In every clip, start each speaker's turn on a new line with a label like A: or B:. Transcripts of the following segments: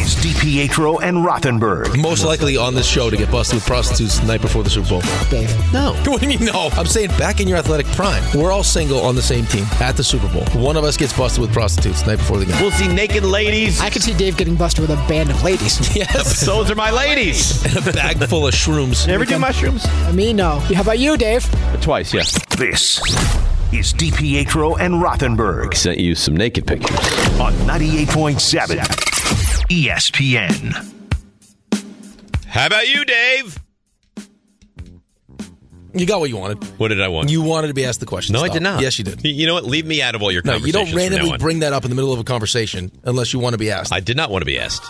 A: is DiPietro and Rothenberg.
B: Most likely on this show to get busted with prostitutes the night before the Super Bowl.
C: No.
B: What do you mean, no? I'm saying back in your athletic prime, we're all single on the same team at the Super Bowl. One of us gets busted with prostitutes the night before the game.
C: We'll see naked ladies.
D: I could see Dave getting busted with a band of ladies.
B: Yes.
C: Those are my ladies.
B: and a bag full of shrooms.
C: You ever do mushrooms?
D: Uh, Me, no. How about you, Dave?
C: Twice, yes.
A: This is DiPietro and Rothenberg
C: Sent you some naked pictures.
A: on 98.7 E ESPN.
C: How about you, Dave?
B: You got what you wanted.
C: What did I want?
B: You wanted to be asked the question.
C: no, I
B: Stop.
C: did not.
B: Yes, you did.
C: Y- You know what? Leave me out of all your
B: No, you
C: conversations
B: don't
C: from now
B: randomly
C: on.
B: bring that up in the middle of a conversation unless you want to be asked.
C: I did not want to be asked.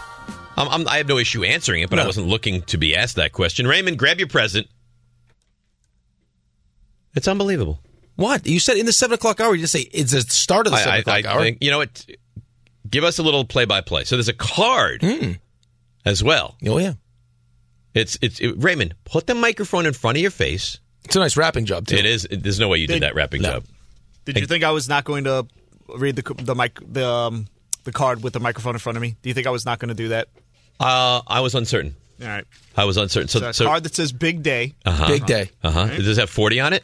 C: I'm, I'm, I have no issue answering it, but I
B: No.
C: wasn't looking to be asked that question. Raymond, grab your present. It's unbelievable.
B: what? You said in the 7 o'clock hour, you just say it's the start of the 7
C: I, I,
B: o'clock
C: I
B: hour.
C: think you know what. Give us a little play-by-play. So there's a card as well.
B: Hmm. oh, yeah.
C: It's it's it, Raymond. Put the microphone in front of your face.
B: It's a nice wrapping job, too.
C: It is. it- there's no way you did that wrapping job.
E: Did you think I was not going to read the the mic the um, the card with the microphone in front of me? Do you think I was not going to do that?
C: Uh, I was uncertain.
E: All right.
C: I was uncertain.
E: So
C: So
E: a
C: so Uh-huh. uh
E: card that says "Big Day."
B: Big day.
C: huh. Does it have 40 on it?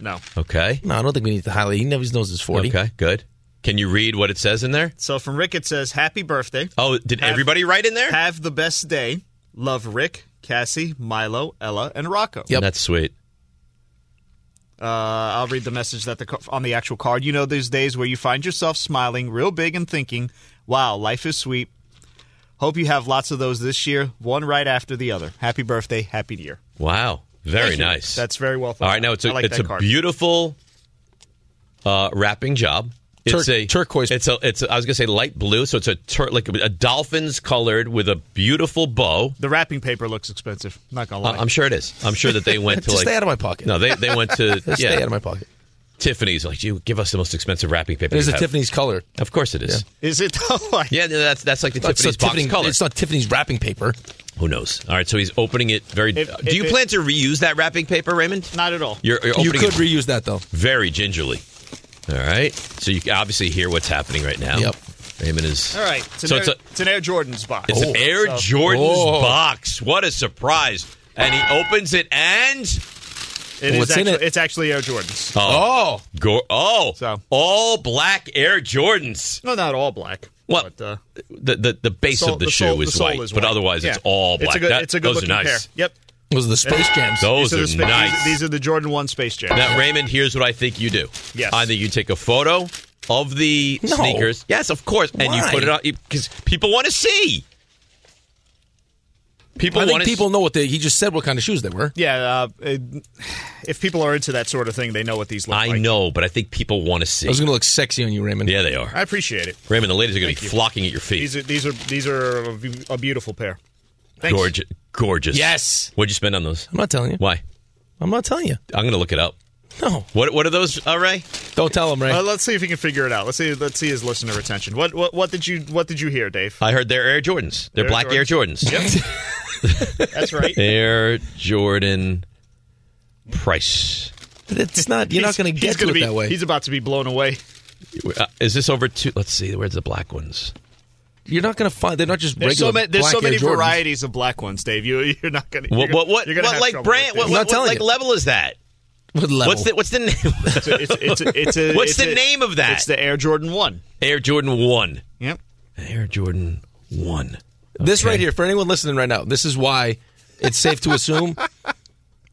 E: No.
C: Okay.
B: No, I don't think we need to highlight. He never knows his 40.
C: Okay. Good. Can you read what it says in there?
E: So from Rick, it says "Happy Birthday."
C: Oh, did
E: Have-
C: everybody write in there?
E: Have the best day. Love Rick, Cassie, Milo, Ella, and Rocco.
B: Yep.
C: That's sweet.
E: Uh, I'll read the message that the ca- on the actual card. You know those days where you find yourself smiling real big and thinking, "Wow, life is sweet." Hope you have lots of those this year, one right after the other. Happy birthday, happy year.
C: Wow. Very nice.
E: That's very well thought.
C: all right. Now it's a
E: I like
C: it's
E: that
C: a
E: card.
C: beautiful uh, wrapping job. It's
B: Tur-
C: a
B: turquoise.
C: It's a it's a, I was gonna say light blue. So it's a tur- like a, dolphin's colored with a beautiful bow.
E: The wrapping paper looks expensive. Not gonna
C: I-
E: lie.
C: Uh, I'm sure it is. I'm sure that they went to
B: Just
C: like
B: stay out of my pocket.
C: No, they they went to
B: Just
C: yeah
B: Stay out of my pocket.
C: Tiffany's. Like, you give us the most expensive wrapping paper.
B: It is
C: you
B: a
C: have."
B: Tiffany's color.
C: Of course it is.
E: Is it though? Like,
C: Yeah, no, that's that's like the
B: That's
C: Tiffany's
B: not
C: box
B: Tiffany-
C: color.
B: It's not Tiffany's wrapping paper.
C: Who knows? All right, so he's opening it very.
E: If-
C: do you
E: if it-
C: plan to reuse that wrapping paper, Raymond?
E: Not at all.
C: You're, you're opening
B: You could
C: it
B: reuse that though.
C: very gingerly. All right, so you can obviously hear what's happening right now.
B: Yep.
C: Raymond is.
E: all right. It's an,
C: so
E: Air,
C: it's a
E: it's an Air Jordan's box.
C: it's an Air
E: So-
C: Jordan's
B: Oh.
C: box. What a surprise! And he opens it and
E: It is
B: What's in
E: actu-
B: it?
E: It's actually Air Jordans.
B: Oh,
C: go oh
E: So-
C: all black Air Jordans.
E: No, not all black.
C: Well,
E: But, uh,
C: the, the the base
E: sole-
C: of the,
E: the
C: shoe
E: sole-
C: is,
E: the sole
C: white,
E: is
C: but
E: white.
C: otherwise it's
E: Yeah.
C: all black.
E: It's a good.
C: That-
E: it's a good
C: those are
E: looking
C: nice.
E: pair. Yep.
B: those are the Space Jams.
C: Those
E: These
C: are
E: the spa- These,
C: nice.
E: these are the Jordan One Space Jam.
C: Now, Raymond, here's what I think you do.
E: Yes.
C: I think you take a photo of the
B: No.
C: sneakers. Yes, of course. And you
B: Why?
C: put it on because people want to see. People
B: I think
C: want
B: people know what they. He just said what kind of shoes they were.
E: Yeah. Uh, it- if people are into that sort of thing, they know what these look
C: I
E: like.
C: know, but I think people want to see.
B: I was going to look sexy on you, Raymond.
C: yeah, they are.
E: I appreciate it.
C: Raymond, the ladies are going to
E: Thank
C: be
E: you.
C: flocking at your feet.
E: These are these are these are a, bu- a beautiful pair. Thanks.
C: gorgeous, gorgeous.
B: Yes.
C: What'd you spend on those?
B: I'm not telling you.
C: Why?
B: I'm not telling you.
C: I'm going to look it up.
B: No,
C: What What are those, uh, Ray?
B: don't tell him, Ray.
E: Uh, let's see if you can figure it out. Let's see. Let's see his listener retention. What what what did you what did you hear, Dave?
C: I heard they're Air Jordans. They're
E: Air
C: black Air Jordans.
E: That's right.
C: Air Jordan price.
B: it's not. You're not
E: He's-
B: going to
E: he's
B: get to
E: gonna
B: it
E: be-
B: that way.
E: He's about to be blown away.
C: Uh, Is this over two? Let's see. Where's the black ones?
B: You're not going to find. They're not just
E: There's
B: regular.
E: so many, there's
B: black
E: so many
B: Air Jordans.
E: varieties of black ones, Dave. You you're not gonna you're
C: What
E: gonna-
C: what what,
E: you're gonna
C: what
E: have
C: like
E: trouble
C: brand?
E: with
C: What,
E: this.
B: Not
C: what, what
B: telling
C: like
B: you.
C: level is that?
B: What level?
C: What's the what's the name?
E: It's a- it's a- it's a-
C: What's
E: it's
C: the
E: a-
C: name of that?
E: It's the Air Jordan One.
C: Air Jordan One.
E: Yep.
C: Air Jordan One.
B: This right here for anyone listening right now. This is why it's safe to assume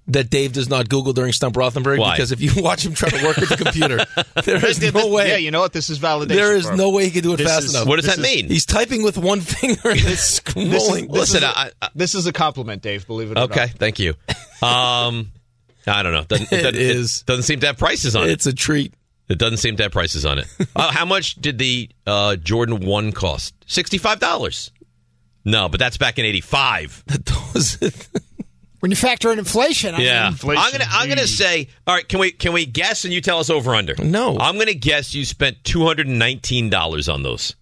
B: that Dave does not Google during Stump Rothenberg
C: Why?
B: because if you watch him try to work with the computer, there is
E: Th-
B: no
E: th-
B: way.
E: Yeah, you know what? This is validation.
B: there is
E: for him.
B: no way he could do it
E: This
B: fast
E: is-
B: enough.
C: What does
E: This
C: that
E: is-
C: mean?
B: He's typing with one finger and it's
E: This is-
B: scrolling.
E: this
C: Listen,
E: is a-
C: I- I-
E: this is a compliment, Dave. Believe it. or
C: Okay,
E: not.
C: thank you. Um, I don't know. Doesn't, it,
B: It
C: doesn't,
B: is.
C: It doesn't seem to have prices on
B: it's a treat.
C: it. It doesn't seem to have prices on it. oh, how much did the uh, Jordan One cost? Sixty-five dollars. No, but that's back in '85.
B: That does it.
D: When you factor in inflation, I
C: Yeah,
D: mean,
E: Inflation,
C: I'm gonna I'm gonna
E: geez.
C: say. All right, can we can we guess and you tell us over under?
B: No.
C: I'm gonna guess you spent two hundred and nineteen dollars on those.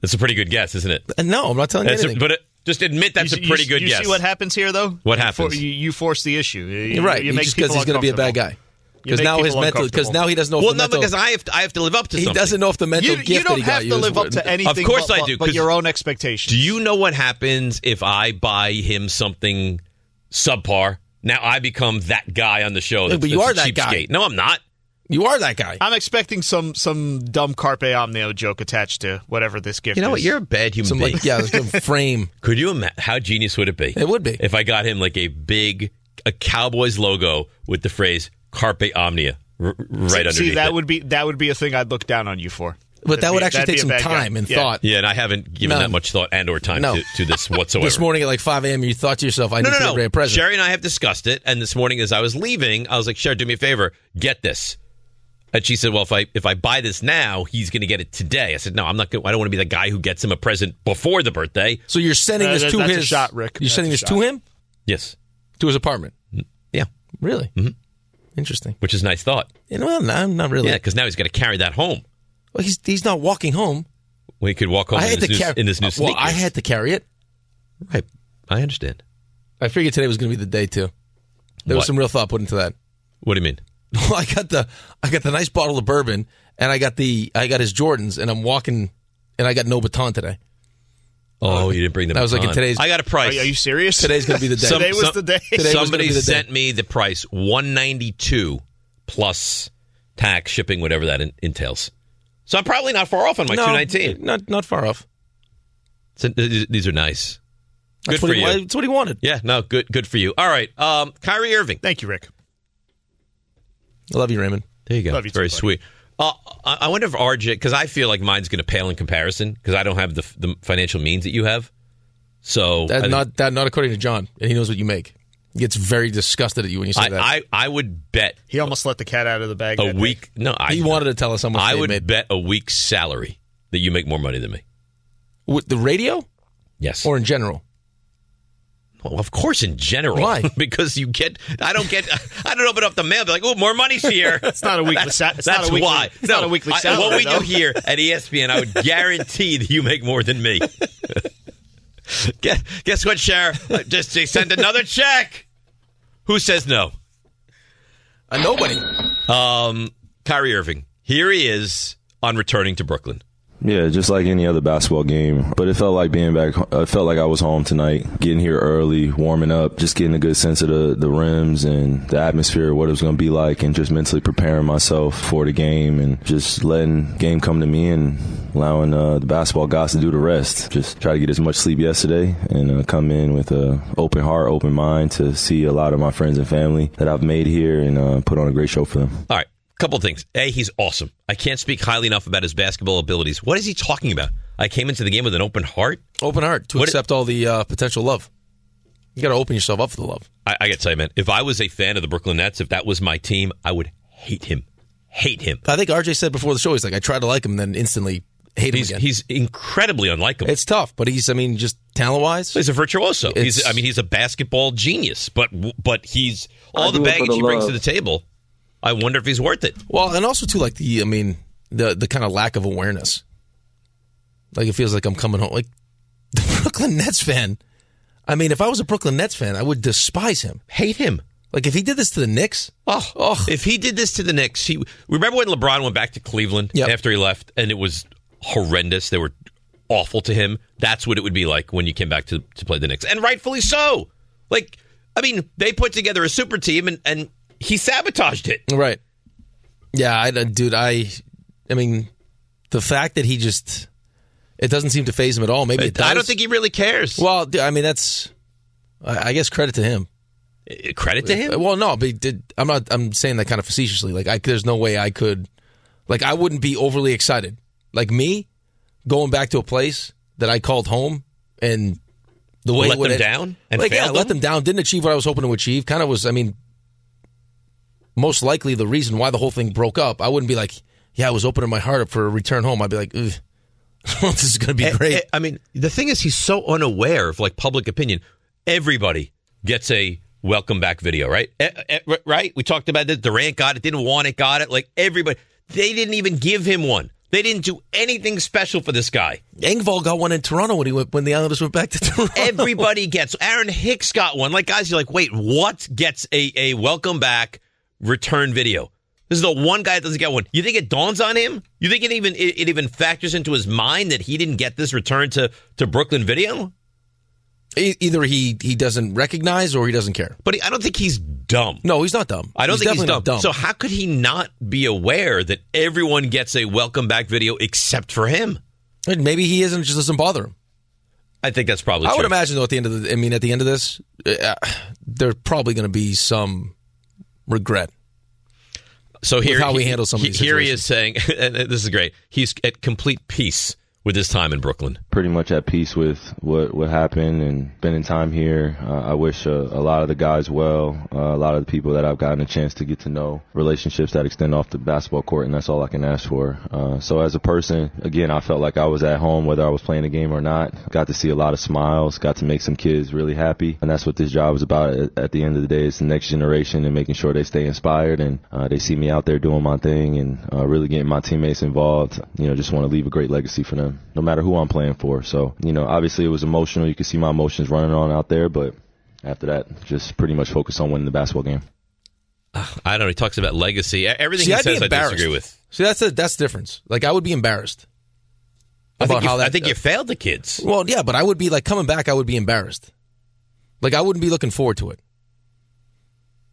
C: That's a pretty good guess, isn't it?
B: Uh, No, I'm not telling you
C: That's a-
B: anything.
C: but it, just admit that's
E: You-
C: a pretty
E: you,
C: good
E: you
C: guess.
E: see what happens here, though.
C: What
E: You
C: happens?
E: you, you force the issue. You-
B: You're right.
E: You
B: You
E: make
B: just because he's
E: going to
B: be a bad guy.
E: You
B: Because
E: make
B: now his
E: people
B: mental. Because
E: uncomfortable.
B: now he doesn't know. if
C: well,
B: the
C: no,
B: mental,
C: because I have to, I have to live up to
B: he
C: something.
B: doesn't know if the mental
E: You,
B: gift
E: you
B: that
E: don't
B: he got
E: have to
B: used
E: live up
B: with-
E: to anything.
C: course
E: but,
C: I
E: but-
C: do,
E: but
C: 'cause-
E: your own expectations.
C: Do you know what happens if I buy him something subpar? Now I become that guy on the show.
B: Yeah,
C: That's,
B: but you
C: that's
B: are
C: a
B: that guy.
C: cheapskate. No, I'm not.
B: You are that guy.
E: I'm expecting some some dumb carpe omnio joke attached to whatever this gift.
C: You know what?
E: is.
C: You're a bad human
B: Some
C: being.
B: like yeah, it's a frame.
C: Could you imagine how genius would it be?
B: It would be.
C: if I got him like a big a Cowboys logo with the phrase "Carpe Omnia" r- r- right underneath.
E: See, that
C: it.
E: would be that would be a thing I'd look down on you for.
B: But that
E: That'd
B: would
E: be-
B: actually
E: that'd be
B: take
E: a
B: some
E: bad guy.
B: time and
E: Yeah.
B: thought.
C: Yeah, and I haven't given
B: None.
C: that much thought and or time
B: No.
C: to, to this whatsoever.
B: This morning at like 5 a.m., you thought to yourself, "I
C: no,
B: need to
C: no,
B: get
C: no.
B: a present."
C: Sherry and I have discussed it, and this morning as I was leaving, I was like, "Sherry, do me a favor, get this." And she said, "Well, if I if I buy this now, he's going to get it today." I said, "No, I'm not. Gonna, I don't want to be the guy who gets him a present before the birthday."
B: So you're sending
E: Uh,
B: this
E: that-
B: to
E: that's a
B: his
E: shot, Rick.
B: You're
E: That's
B: sending
E: a
B: this
E: shot.
B: to him
C: Yes,
B: to his apartment.
C: yeah,
B: Really?
C: Mm-hmm.
B: Interesting.
C: which is a nice thought.
B: You know, well, no, not really.
C: Yeah, because now he's got to carry that home.
B: Well, he's he's not walking home.
C: Well, he could walk home
B: I
C: in
B: had to
C: his, new,
B: carry Uh,
C: in his new
B: Well,
C: sneakers.
B: I had to carry it.
C: Right. I understand.
B: I figured today was going to be the day too. There
C: What?
B: was some real thought put into that.
C: What do you mean?
B: Well, I got the I got the nice bottle of bourbon, and I got the I got his Jordans, and I'm walking, and I got no baton today.
C: Oh, you didn't bring the.
B: I was like, in
C: baton.
B: today's-
C: I got a
E: Are, are
C: price.
E: Oh, you serious?
B: Today's going to be the day.
C: Some-
E: Today was
C: some-
E: the day.
B: Today was gonna
C: Somebody
B: be the day.
C: sent me the price one ninety two plus tax, shipping, whatever that in- entails. So I'm probably not far off on my
B: No,
C: two nineteen.
B: Not not far off.
C: These are nice. Good
B: That's
C: for
B: what he,
C: you.
B: That's what he wanted.
C: Yeah, no, good, good for you. All right, um, Kyrie Irving.
E: Thank you, Rick.
B: I love you, Raymond.
C: There you go.
E: Love you too,
C: Very
E: buddy.
C: sweet. Uh, I I wonder if RJ, because I feel like mine's going to pale in comparison because I don't have the, the financial means that you have. So I
B: That
C: think-
B: not that not according to John, and he knows what you make. He gets very disgusted at you when you say that.
C: I, I I would bet
E: He almost let the cat out of the bag.
C: a
E: that day.
C: week. No, I
B: he wanted to tell us how much
C: I
B: they
C: would
B: made.
C: bet a week's salary that you make more money than me.
B: With the radio
C: Yes.
B: or in general?
C: well, of course, in general.
B: Why?
C: because you get. I don't get. I don't open up the mail. Be like, oh, more money's here.
E: It's not a weekly. sa- it's not
C: That's
E: a weekly,
C: why.
E: It's not a weekly
C: I-
E: salary.
C: what we
E: though.
C: do here at E ESPN, I would guarantee that you make more than me. guess, guess what, Cher? Uh, Just they send another check. Who says no? Um,
B: Uh, nobody.
C: Kyrie Irving. Here he is on returning to Brooklyn.
F: Yeah, just like any other basketball game. But it felt like being back. uh, It felt like I was home tonight. Getting here early, warming up, just getting a good sense of the the rims and the atmosphere, what it was going to be like, and just mentally preparing myself for the game, and just letting game come to me and allowing uh, the basketball guys to do the rest. Just try to get as much sleep yesterday and uh, come in with a open heart, open mind to see a lot of my friends and family that I've made here and uh, put on a great show for them.
C: All right. Couple things. A, he's awesome. I can't speak highly enough about his basketball abilities. What is he talking about? I came into the game with an open heart.
B: Open heart to
C: What-
B: accept all the uh, potential love. You got to open yourself up for the love.
C: I, I got to tell you, man, if I was a fan of the Brooklyn Nets, if that was my team, I would hate him. Hate him.
B: I think RJ said before the show, he's like, I try to like him, then instantly hate him
C: He's,
B: again.
C: he's incredibly unlikable.
B: it's tough, but he's, I mean, just talent wise.
C: he's a virtuoso. He's, I
B: It's-
C: mean, he's a basketball genius, but but he's all
F: I
C: the
F: do it for
C: baggage
F: the
C: he brings to
F: love.
C: the table. I wonder if he's worth it.
B: Well, and also too, like the, I mean, the the kind of lack of awareness. Like it feels like I'm coming home. Like the Brooklyn Nets fan. I mean, if I was a Brooklyn Nets fan, I would despise him.
C: Hate him.
B: Like if he did this to the Knicks,
C: Oh,
B: oh.
C: if he did this to the Knicks, he remember when LeBron went back to Cleveland
B: Yep.
C: after he left, and it was horrendous. They were awful to him. That's what it would be like when you came back to to play the Knicks, and rightfully so. Like, I mean, they put together a super team, and and he sabotaged it.
B: right? Yeah, I, uh, dude, I, I mean, the fact that he just, it doesn't seem to phase him at all. Maybe it does.
C: I don't think he really cares.
B: Well, dude, I mean, that's, I, I guess credit to him.
C: Eh, Credit to him.
B: Well, no, but he did, I'm not. I'm saying that kind of facetiously. Like, I, there's no way I could, like, I wouldn't be overly excited. Like me, going back to a place that I called home and the way
C: Let
B: it would
C: them
B: end-
C: down and
B: like, yeah,
C: failed
B: let
C: them?
B: them down. Didn't achieve what I was hoping to achieve. Kind of was. I mean, most likely the reason why the whole thing broke up. I wouldn't be like, yeah, I was opening my heart up for a return home. I'd be like, Ugh, this is going to be
C: Eh,
B: great.
C: eh, I mean, the thing is, he's so unaware of like public opinion. Everybody gets a welcome back video, right? Eh, eh, eh, right? We talked about this. Durant got it, didn't want it, got it. Like everybody, they didn't even give him one. They didn't do anything special for this guy.
B: Engvall got one in Toronto when he went when the Islanders went back to Toronto.
C: Everybody gets. Aaron Hicks got one. Like guys, you're like, wait, what gets a a welcome back return video? This is the one guy that doesn't get one. You think it dawns on him? You think it even it, it even factors into his mind that he didn't get this return to to Brooklyn Video?
B: E- Either he he doesn't recognize or he doesn't care.
C: But he, I don't think he's dumb.
B: No, he's not dumb.
C: I don't think he's
B: definitely
C: dumb.
B: not
C: So how could he not be aware that everyone gets a welcome back video except for him?
B: And maybe he isn't. it Just doesn't bother him.
C: I think that's probably.
B: I would
C: true.
B: imagine though at the end of the, I mean at the end of this, uh, there's probably going to be some regret.
C: So Oh, here,
B: how we handle some of
C: he-
B: these
C: Here he is saying, and this is great. He's at complete peace with his time in Brooklyn.
F: pretty much at peace with what what happened and spending time here. Uh, I wish uh, a lot of the guys well, uh, a lot of the people that I've gotten a chance to get to know, relationships that extend off the basketball court, and that's all I can ask for. Uh, so as a person, again, I felt like I was at home whether I was playing the game or not. Got to see a lot of smiles, got to make some kids really happy, and that's what this job is about. At, at the end of the day, it's the next generation and making sure they stay inspired and uh, they see me out there doing my thing and uh, really getting my teammates involved. You know, just want to leave a great legacy for them, no matter who I'm playing for. So, you know, obviously it was emotional. You can see my emotions running on out there, but after that, just pretty much focus on winning the basketball game.
C: I don't know. He talks about legacy. E- Everything
B: See,
C: he
B: I'd be
C: says, I
B: embarrassed.
C: disagree with.
B: See, that's the that's the difference. Like I would be embarrassed
C: I
B: about
C: think, you,
B: how that. uh,
C: I think you failed the kids.
B: Well, yeah, but I would be like coming back. I would be embarrassed. Like I wouldn't be looking forward to it.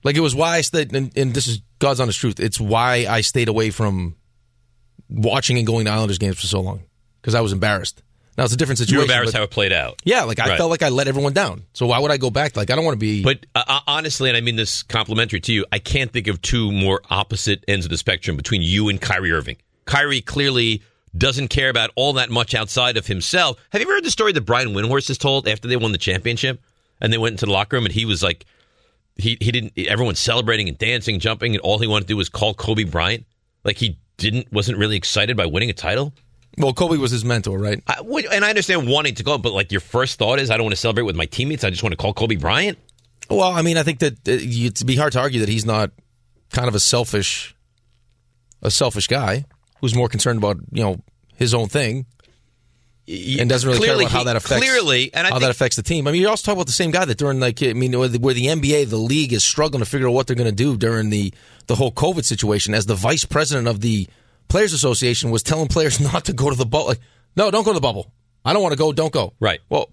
B: Like it was why I stayed, and, and this is God's honest truth. It's why I stayed away from watching and going to Islanders games for so long because I was embarrassed. Now it's a different situation.
C: You were embarrassed
B: but-
C: how it played out.
B: yeah, like I
C: Right.
B: felt like I let everyone down. So why would I go back? Like I don't want to be.
C: But uh, uh, honestly, and I mean this complimentary to you, I can't think of two more opposite ends of the spectrum between you and Kyrie Irving. Kyrie clearly doesn't care about all that much outside of himself. Have you ever heard the story that Brian Windhorst has told after they won the championship and they went into the locker room and he was like, he, he didn't, everyone's celebrating and dancing, jumping, and all he wanted to do was call Kobe Bryant. Like he didn't, wasn't really excited by winning a title.
B: well, Kobe was his mentor, right?
C: I, would- and I understand wanting to go, but like your first thought is, I don't want to celebrate with my teammates. I just want to call Kobe Bryant.
B: Well, I mean, I think that uh, you- it'd be hard to argue that he's not kind of a selfish, a selfish guy who's more concerned about you know his own thing and doesn't really
C: Clearly
B: care about how
C: he-
B: that affects
C: clearly, and I
B: how
C: think-
B: that affects the team. I mean, you also talk about the same guy that during like I mean, where the, where the NBA, the league is struggling to figure out what they're going to do during the the whole COVID situation. As the vice president of the Players Association was telling players not to go to the bubble, like, no, don't go to the bubble. I don't want to go. Don't go.
C: Right.
B: Well,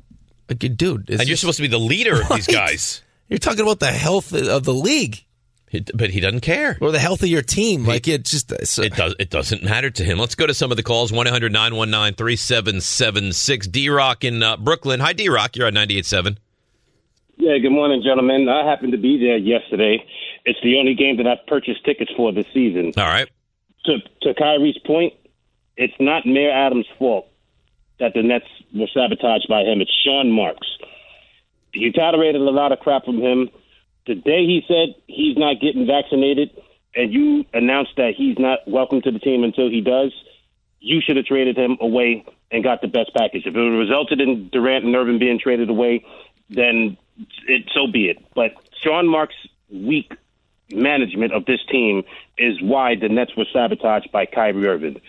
B: like, dude,
C: And
B: it's
C: you're
B: just-
C: supposed to be the leader of these guys.
B: you're talking about the health of the league
C: It, but he doesn't care.
B: or the health of your team. Like it just uh, it's-
C: It does. It doesn't matter to him. Let's go to some of the calls. One 919 3776 D Rock in uh, Brooklyn. Hi, D Rock. You're on 98.7.
G: Yeah, good morning, gentlemen. I happened to be there yesterday. It's the only game that I've purchased tickets for this season.
C: All right.
G: To, to Kyrie's point, it's not Mayor Adams' fault that the Nets were sabotaged by him. It's Sean Marks. He tolerated a lot of crap from him. The day he said he's not getting vaccinated and you announced that he's not welcome to the team until he does, you should have traded him away and got the best package. If it resulted in Durant and Irvin being traded away, then it so be it. But Sean Marks' weak management of this team is why the Nets were sabotaged by Kyrie Irving.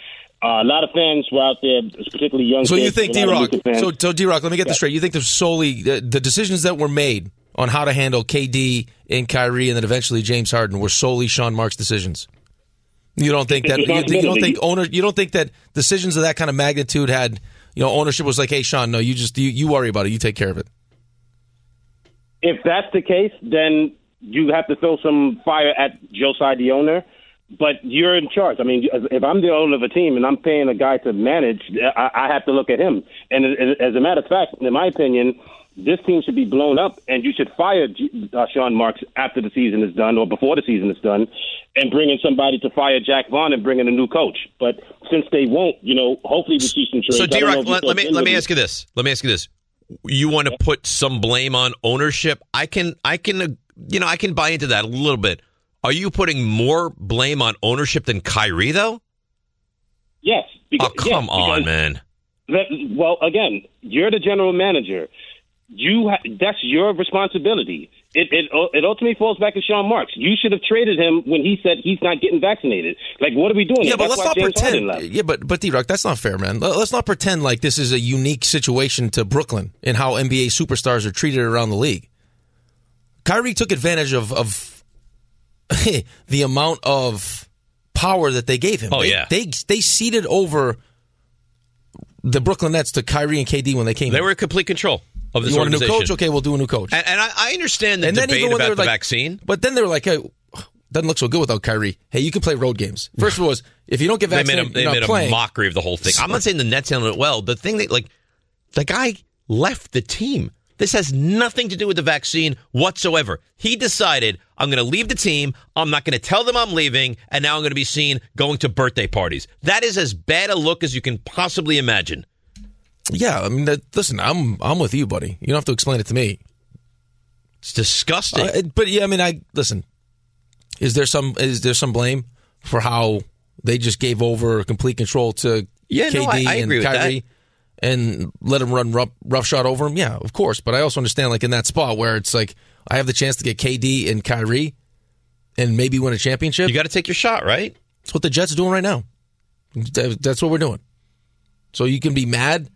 G: Uh, a lot of fans were out there, particularly young.
B: so
G: kids,
B: you think
G: a
B: D
G: lot
B: Rock?
G: of Laker fans.
B: So so D Rock, let me get this straight. You think there's solely the, the decisions that were made on how to handle KD and Kyrie and then eventually James Harden were solely Sean Mark's decisions. You don't think that you, think- you don't think owner you don't think that decisions of that kind of magnitude had you know ownership was like hey Sean no you just you, you worry about it you take care of it.
G: if that's the case, then you have to throw some fire at Josiah, the owner. But you're in charge. I mean, if I'm the owner of a team and I'm paying a guy to manage, I, I have to look at him. And as- as a matter of fact, in my opinion, this team should be blown up, and you should fire G- uh, Sean Marks after the season is done or before the season is done, and bring in somebody to fire Jack Vaughn and bring in a new coach. But since they won't, you know, hopefully we see some trades.
C: So,
G: I don't know
C: D-Rock, let,
G: if you
C: let
G: said
C: me let me
G: Dinwiddie.
C: ask you this. Let me ask you this. You want to put some blame on ownership? I can I can uh, you know I can buy into that a little bit. Are you putting more blame on ownership than Kyrie though?
G: Yes.
C: Oh
G: Because, yes,
C: come on,
G: because
C: man.
G: that- well, again, you're the general manager. You ha- that's your responsibility. It, it it ultimately falls back to Sean Marks. You should have traded him when he said he's not getting vaccinated. Like, what are we doing?
B: Yeah, but
G: That's
B: let's
G: why
B: not
G: James Harden
B: pretend.
G: left.
B: Yeah, but but D-Rock, that's not fair, man. Let- Let's not pretend like this is a unique situation to Brooklyn and how NBA superstars are treated around the league. Kyrie took advantage of of the amount of power that they gave him.
C: Oh,
B: They-
C: yeah.
B: they they seeded over the Brooklyn Nets to Kyrie and KD when they came.
C: They
B: in.
C: were in complete control of this
B: you want a new
C: organization.
B: coach? Okay, we'll do a new coach.
C: And, and I, I understand the
B: And then
C: debate
B: even when
C: about
B: they
C: the
B: were like,
C: vaccine.
B: But then they were like, hey, doesn't look so good without Kyrie. Hey, you can play road games. First of all, is if you don't get
C: They made, a,
B: vaccinated,
C: they
B: you're
C: made
B: not
C: a
B: playing.
C: mockery of the whole thing. I'm not saying the Nets handled it well. The thing that like the guy left the team. This has nothing to do with the vaccine whatsoever. He decided I'm going to leave the team. I'm not going to tell them I'm leaving, and now I'm going to be seen going to birthday parties. That is as bad a look as you can possibly imagine.
B: Yeah, I mean, that, listen, I'm I'm with you, buddy. You don't have to explain it to me.
C: It's disgusting.
B: Uh, it- but yeah, I mean, I listen. Is there some is there some blame for how they just gave over complete control to
C: Yeah,
B: KD
C: no, I- I
B: and
C: agree with that.
B: Kyrie and let him run rough, rough shot over him? Yeah, of course. But I also understand like in that spot where it's like I have the chance to get KD and Kyrie and maybe win a championship.
C: you got to take your shot, right?
B: That's what the Jets are doing right now. That- That's what we're doing. So you can be mad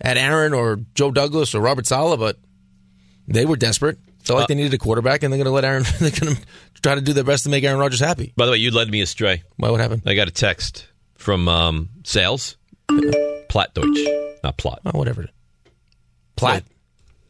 B: at Aaron or Joe Douglas or Robert Sala, but they were desperate. Felt like
C: Uh,
B: they needed a quarterback, and they're going to let Aaron. They're going to try to do their best to make Aaron Rodgers happy.
C: By the way, you led me astray.
B: Why? What happened?
C: I got a text from um, sales. Plattdeutsch, not Plot.
B: Oh, whatever. Platt.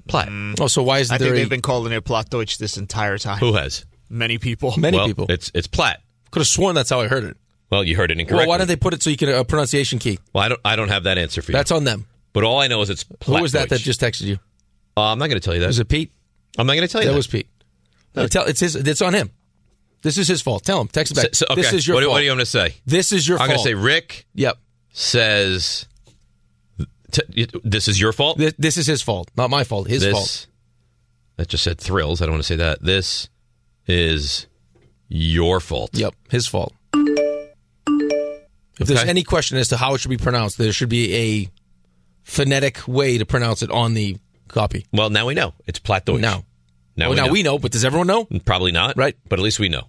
C: Platt.
B: Oh, so why is
E: I
B: there?
E: think
B: a-
E: they've been calling it Plattdeutsch this entire time.
C: Who has?
E: Many people.
B: many
C: well,
B: people
C: It's it's Platt.
B: could have sworn that's how I heard it.
C: Well, you heard it incorrectly.
B: Well, why didn't they put it so you can a pronunciation key?
C: Well, I don't. I don't have that answer for you.
B: That's on them.
C: but all I know is it's.
B: Who was that that
C: Plattdeutsch.
B: just texted you?
C: Uh, I'm not going to tell you that.
B: Was it Pete?
C: I'm not going to tell you
B: That
C: that.
B: was Pete.
C: Uh,
B: Tell, it's his. It's on him. This is his fault. Tell him. Text him
C: So-
B: back.
C: so- okay.
B: This is your
C: what, do-
B: fault.
C: what do you want me to say?
B: This is your
C: I'm going to
B: fault.
C: say Rick
B: yep.
C: says. T- this is your fault.
B: This, this is his fault, not my fault. His
C: This-
B: fault.
C: That just said thrills. I don't want to say that. This is your fault.
B: Yep, his fault. If there's
C: Okay.
B: any question as to how it should be pronounced, there should be a phonetic way to pronounce it on the copy.
C: Well, now we know it's Plattdeutsch.
B: Now,
C: now,
B: well,
C: we,
B: now
C: know.
B: we know, but does everyone know?
C: probably not.
B: Right.
C: but at least we know.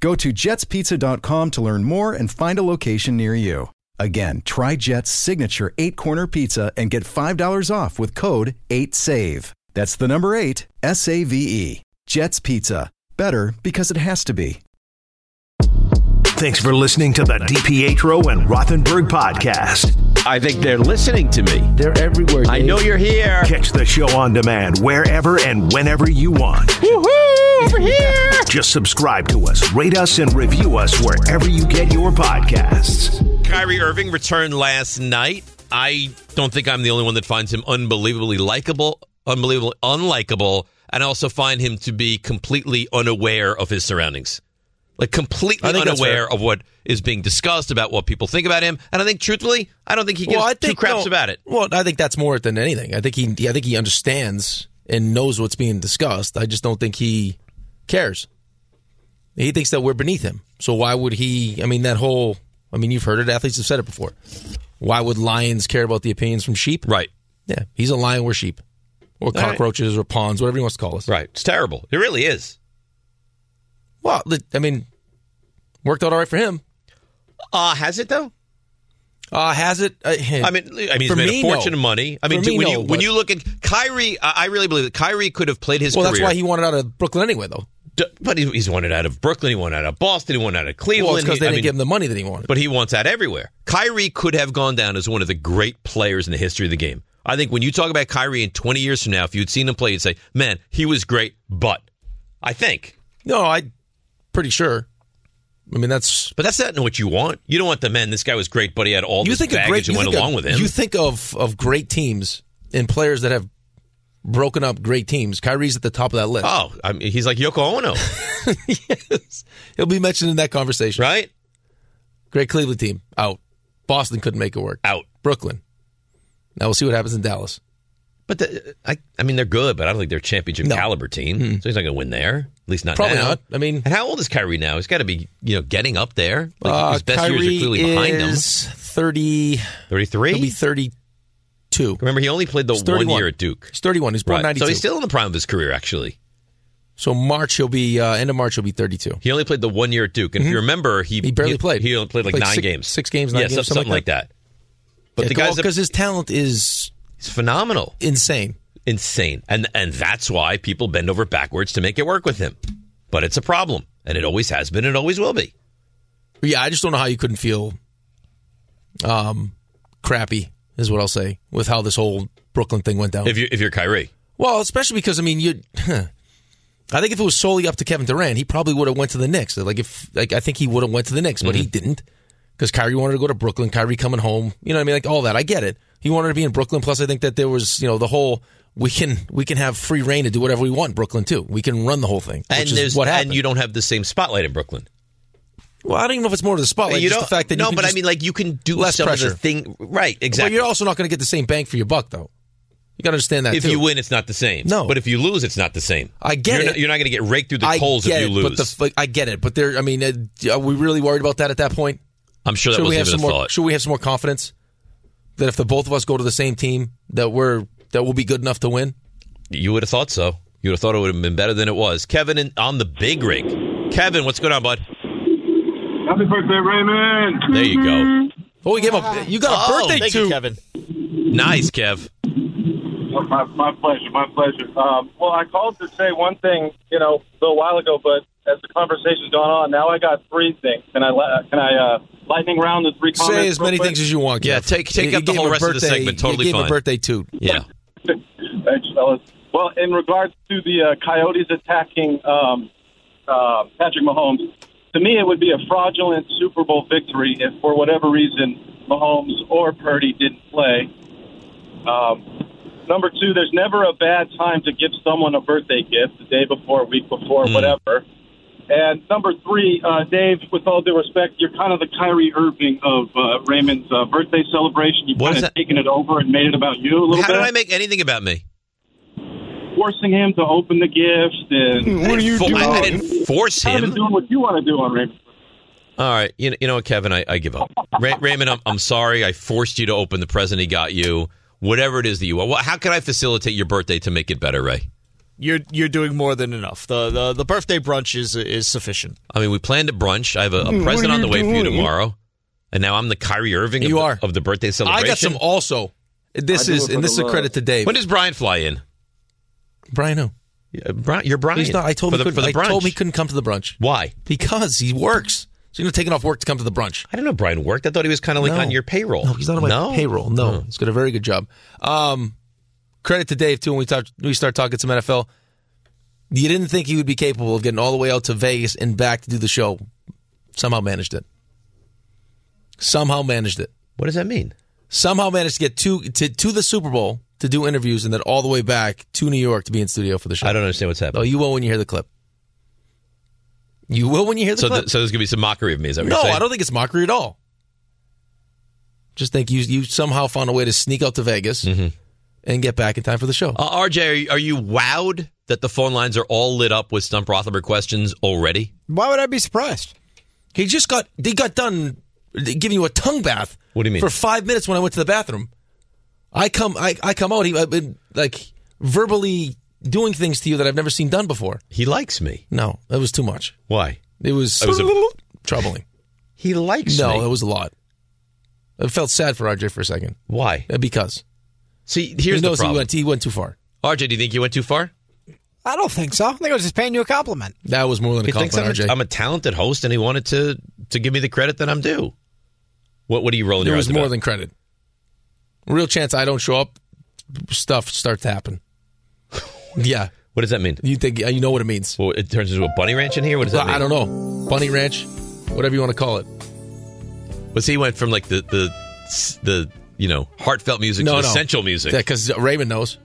H: Go to jetspizza.com to learn more and find a location near you. Again, try Jet's signature eight corner pizza and get $5 off with code 8SAVE. That's the number eight, S A V E. Jet's Pizza. Better because it has to be.
A: Thanks for listening to the DiPietro and Rothenberg podcast.
C: I think they're listening to me.
F: They're everywhere.
C: I know you're here.
A: Catch the show on demand wherever and whenever you want.
D: over here.
A: Just subscribe to us, rate us, and review us wherever you get your podcasts.
C: Kyrie Irving returned last night. I don't think I'm the only one that finds him unbelievably likable, unbelievably unlikable, and I also find him to be completely unaware of his surroundings. Like completely
B: I think that's
C: unaware
B: fair.
C: of what is being discussed about what people think about him. And I think truthfully, I don't think he gives
B: well, I
C: two
B: think,
C: craps
B: no,
C: about it.
B: Well, I think that's more it than anything. I think he, I think he understands and knows what's being discussed. I just don't think he cares. He thinks that we're beneath him. So why would he? I mean, that whole. I mean, you've heard it. Athletes have said it before. Why would lions care about the opinions from sheep?
C: Right.
B: Yeah, he's a lion. We're sheep, or
C: right.
B: cockroaches, or pawns, whatever he wants to call us.
C: Right. It's terrible. It really is.
B: Well, li- I mean, worked out all right for him.
C: Uh, has it though?
B: Uh, has it? Uh,
C: I mean, I mean, he's
B: for
C: made
B: me,
C: a fortune
B: no.
C: of money. I mean,
B: For
C: do-
B: me,
C: when
B: no,
C: you when
B: but-
C: you look at Kyrie, I I really believe that Kyrie could have played his
B: well,
C: career.
B: that's why he wanted out of Brooklyn anyway, though.
C: D- but he, he's wanted out of Brooklyn. He wanted out of Boston. He wanted out of Cleveland.
B: Well, it's because
C: He-
B: they
C: I
B: didn't
C: mean,
B: give him the money that he wanted.
C: But he wants out everywhere. Kyrie could have gone down as one of the great players in the history of the game. I think when you talk about Kyrie in 20 years from now, if you'd seen him play, you'd say, man, he was great, but I think.
B: No, I pretty sure. I mean, that's
C: But that's not what you want. You don't want the men. This guy was great, but he had all
B: you
C: this
B: think of
C: baggage and
B: great. You
C: went
B: think
C: along
B: of,
C: with him.
B: You think of of great teams and players that have broken up great teams. Kyrie's at the top of that list.
C: oh, I mean, he's like Yoko Ono,
B: yes, he'll be mentioned in that conversation.
C: right?
B: Great Cleveland team out. Boston couldn't make it work.
C: Out.
B: Brooklyn. Now we'll see what happens in Dallas.
C: But the, I, I mean, they're good, but I don't think they're a championship caliber team. So he's not going to win there. At least not
B: Mm-hmm. Probably
C: now.
B: not. I mean-
C: and how old is Kyrie now? He's got to be, you know, getting up there. Like
B: Uh,
C: his best
B: Kyrie
C: years are clearly behind him.
B: is thirty. He'll be
C: 33.
B: thirty-two.
C: Remember, he only played the
B: He's
C: one
B: 31.
C: year at Duke.
B: He's thirty-one. He's born
C: Right.
B: ninety-two.
C: So he's still in the prime of his career, actually.
B: So March he'll be uh, end of March he'll be thirty-two.
C: He only played the one year at Duke. And if you remember, he,
B: Mm-hmm. He barely played.
C: He only played like
B: Played
C: nine
B: six-
C: games.
B: six games, nine
C: yeah,
B: games,
C: some- something
B: something
C: like
B: like
C: that. But the guy's a-
B: because his talent is
C: he's phenomenal,
B: insane.
C: insane. And, and that's why people bend over backwards to make it work with him. But it's a problem. And it always has been. It always will be.
B: Yeah, I just don't know how you couldn't feel um crappy is what I'll say with how this whole Brooklyn thing went down.
C: If, you, if you're Kyrie.
B: well, especially because I mean you I think if it was solely up to Kevin Durant, he probably would have went to the Knicks. Like if like I think he would have went to the Knicks, but
C: Mm-hmm.
B: he didn't because Kyrie wanted to go to Brooklyn. Kyrie coming home, you know what I mean? Like all that, I get it. He wanted to be in Brooklyn. Plus, I think that there was you know the whole we can we can have free reign to do whatever we want. in Brooklyn too. We can run the whole thing,
C: And,
B: which is
C: there's,
B: what happened.
C: and you don't have the same spotlight in Brooklyn.
B: well, I don't even know if it's more to the spotlight.
C: you
B: just
C: don't-
B: the fact that you
C: no,
B: can
C: but I
B: just-
C: mean, like you can do
B: less
C: some of
B: pressure.
C: the thing, right?
B: But
C: Exactly.
B: you're also not going to get the same bang for your buck, though. You got to understand that.
C: if
B: too.
C: you win, it's not the same.
B: No.
C: but if you lose, it's not the same.
B: I get
C: you're
B: it.
C: Not, you're not going to get raked through the
B: I
C: coals if
B: get
C: you
B: it,
C: lose.
B: But the, like, I get it, but there. I mean, uh, are we really worried about that at that point?
C: I'm sure that
B: should
C: was
B: we have
C: even a
B: some more?
C: thought.
B: Should we have some more confidence that if the both of us go to the same team, that we're that we'll be good enough to win?
C: You would have thought so. You would have thought it would have been better than it was. Kevin in, on the big rig. Kevin, what's going on, bud?
I: Happy birthday, Raymond.
C: There you go.
B: Oh, we gave up. You got a
C: Oh,
B: birthday
E: Thank
B: too.
E: you, Kevin.
C: Nice, Kev.
I: Oh, my, my pleasure. My pleasure. Um, well, I called to say one thing, you know, a little while ago, but as the conversation's gone on, now I got three things. Can I li- can I uh, lightning round the three comments?
B: Say as
I: real
B: many
I: quick?
B: things as you want.
C: Yeah,
B: Kev.
C: take- take
B: You
C: up the
B: gave
C: whole
B: him a
C: rest of the
B: birthday-
C: segment. Totally
B: you gave him
C: fine.
B: a birthday too.
C: Yeah,
I: Thanks, fellas. Well, in regards to the uh, Coyotes attacking um, uh, Patrick Mahomes, to me it would be a fraudulent Super Bowl victory if, for whatever reason, Mahomes or Purdy didn't play. Um, number two, there's never a bad time to give someone a birthday gift the day before, week before,
C: Mm.
I: whatever. And number three, uh, Dave, with all due respect, you're kind of the Kyrie Irving of uh, Raymond's uh, birthday celebration. You've
C: What is
I: kind
C: that?
I: of taken it over and made it about you a little
C: How
I: bit
C: did I make anything about me?
I: forcing him to open the gift and
C: What are you doing? I didn't force
I: kind
C: him.
I: of doing what you want to do on Raymond.
C: All right, you know, you know what, Kevin, I, I give up. Ray, Raymond, I'm, I'm sorry. I forced you to open the present he got you. Whatever it is that you want. Well, How can I facilitate your birthday to make it better, Ray?
E: You're you're doing more than enough. The the, the birthday brunch is is sufficient.
C: I mean, we planned a brunch. I have a,
B: Mm,
C: a present on the way for you tomorrow, and now I'm the Kyrie Irving of,
B: You
C: the,
B: are.
C: of the birthday
B: I
C: celebration.
B: got some also. This
I: I do
B: is
I: it for
B: and
I: the
B: this is a
I: love.
B: credit to Dave.
C: When does Brian fly in?
B: Brian? Who?
C: Yeah, Brian, you're Brian.
B: He's not. I told
C: for
B: him.
C: the,
B: he
C: for the
B: couldn't- I
C: brunch.
B: told him he couldn't come to the brunch
C: Why?
B: because he works. So you're not taking off work to come to the brunch.
C: I didn't know Brian worked. I thought he was kind of like
B: No.
C: on your payroll. Hmm.
B: No, he's not on my payroll. No, he's got a very good job. Um, credit to Dave too. When we talk, we start talking some NFL. You didn't think he would be capable of getting all the way out to Vegas and back to do the show. Somehow managed it. Somehow managed it.
C: What does that mean?
B: Somehow managed to get to to, to the Super Bowl to do interviews and then all the way back to New York to be in studio for the show.
C: I don't understand what's happening.
B: Oh, you will when you hear the clip. You will when you hear the
C: so
B: clip.
C: th- so there's gonna be some mockery of me. Is that what
B: no,
C: you're saying?
B: I don't think it's mockery at all. Just think you you somehow found a way to sneak out to Vegas
C: Mm-hmm.
B: and get back in time for the show.
C: Uh, RJ, are you, are you wowed that the phone lines are all lit up with Stump Rothenberg questions already?
B: Why would I be surprised? He just got he got done giving you a tongue bath.
C: What do you mean?
B: For five minutes when I went to the bathroom, I come I, I come out. He I've been like verbally doing things to you that I've never seen done before.
C: He likes me.
B: No, that was too much.
C: Why?
B: It was,
C: That was a-
B: troubling.
C: He likes
B: no,
C: me.
B: that was a lot. I felt sad for RJ for a second. Uh,
C: Why?
B: Because
C: see, here's
B: he
C: the
B: knows
C: problem.
B: He went, he went too far.
C: RJ, do you think you went too far?
D: I don't think so. I think I was just paying you a compliment.
B: That was more than
C: He
B: a
C: thinks I'm
B: compliment,
C: a,
B: RJ.
C: I'm a talented host, and he wanted to to give me the credit that I'm due. What What are you rolling
B: there
C: your
B: was
C: eyes
B: more
C: about?
B: than credit. Real chance I don't show up, stuff starts to happen. yeah.
C: What does that mean?
B: You think you know what it means?
C: Well, it turns into a bunny ranch in here. What does that
B: I
C: mean?
B: don't know. Bunny ranch, whatever you want to call it.
C: But see, he went from like the the the you know heartfelt music
B: no,
C: to
B: no.
C: essential music.
B: Yeah, because Raymond knows.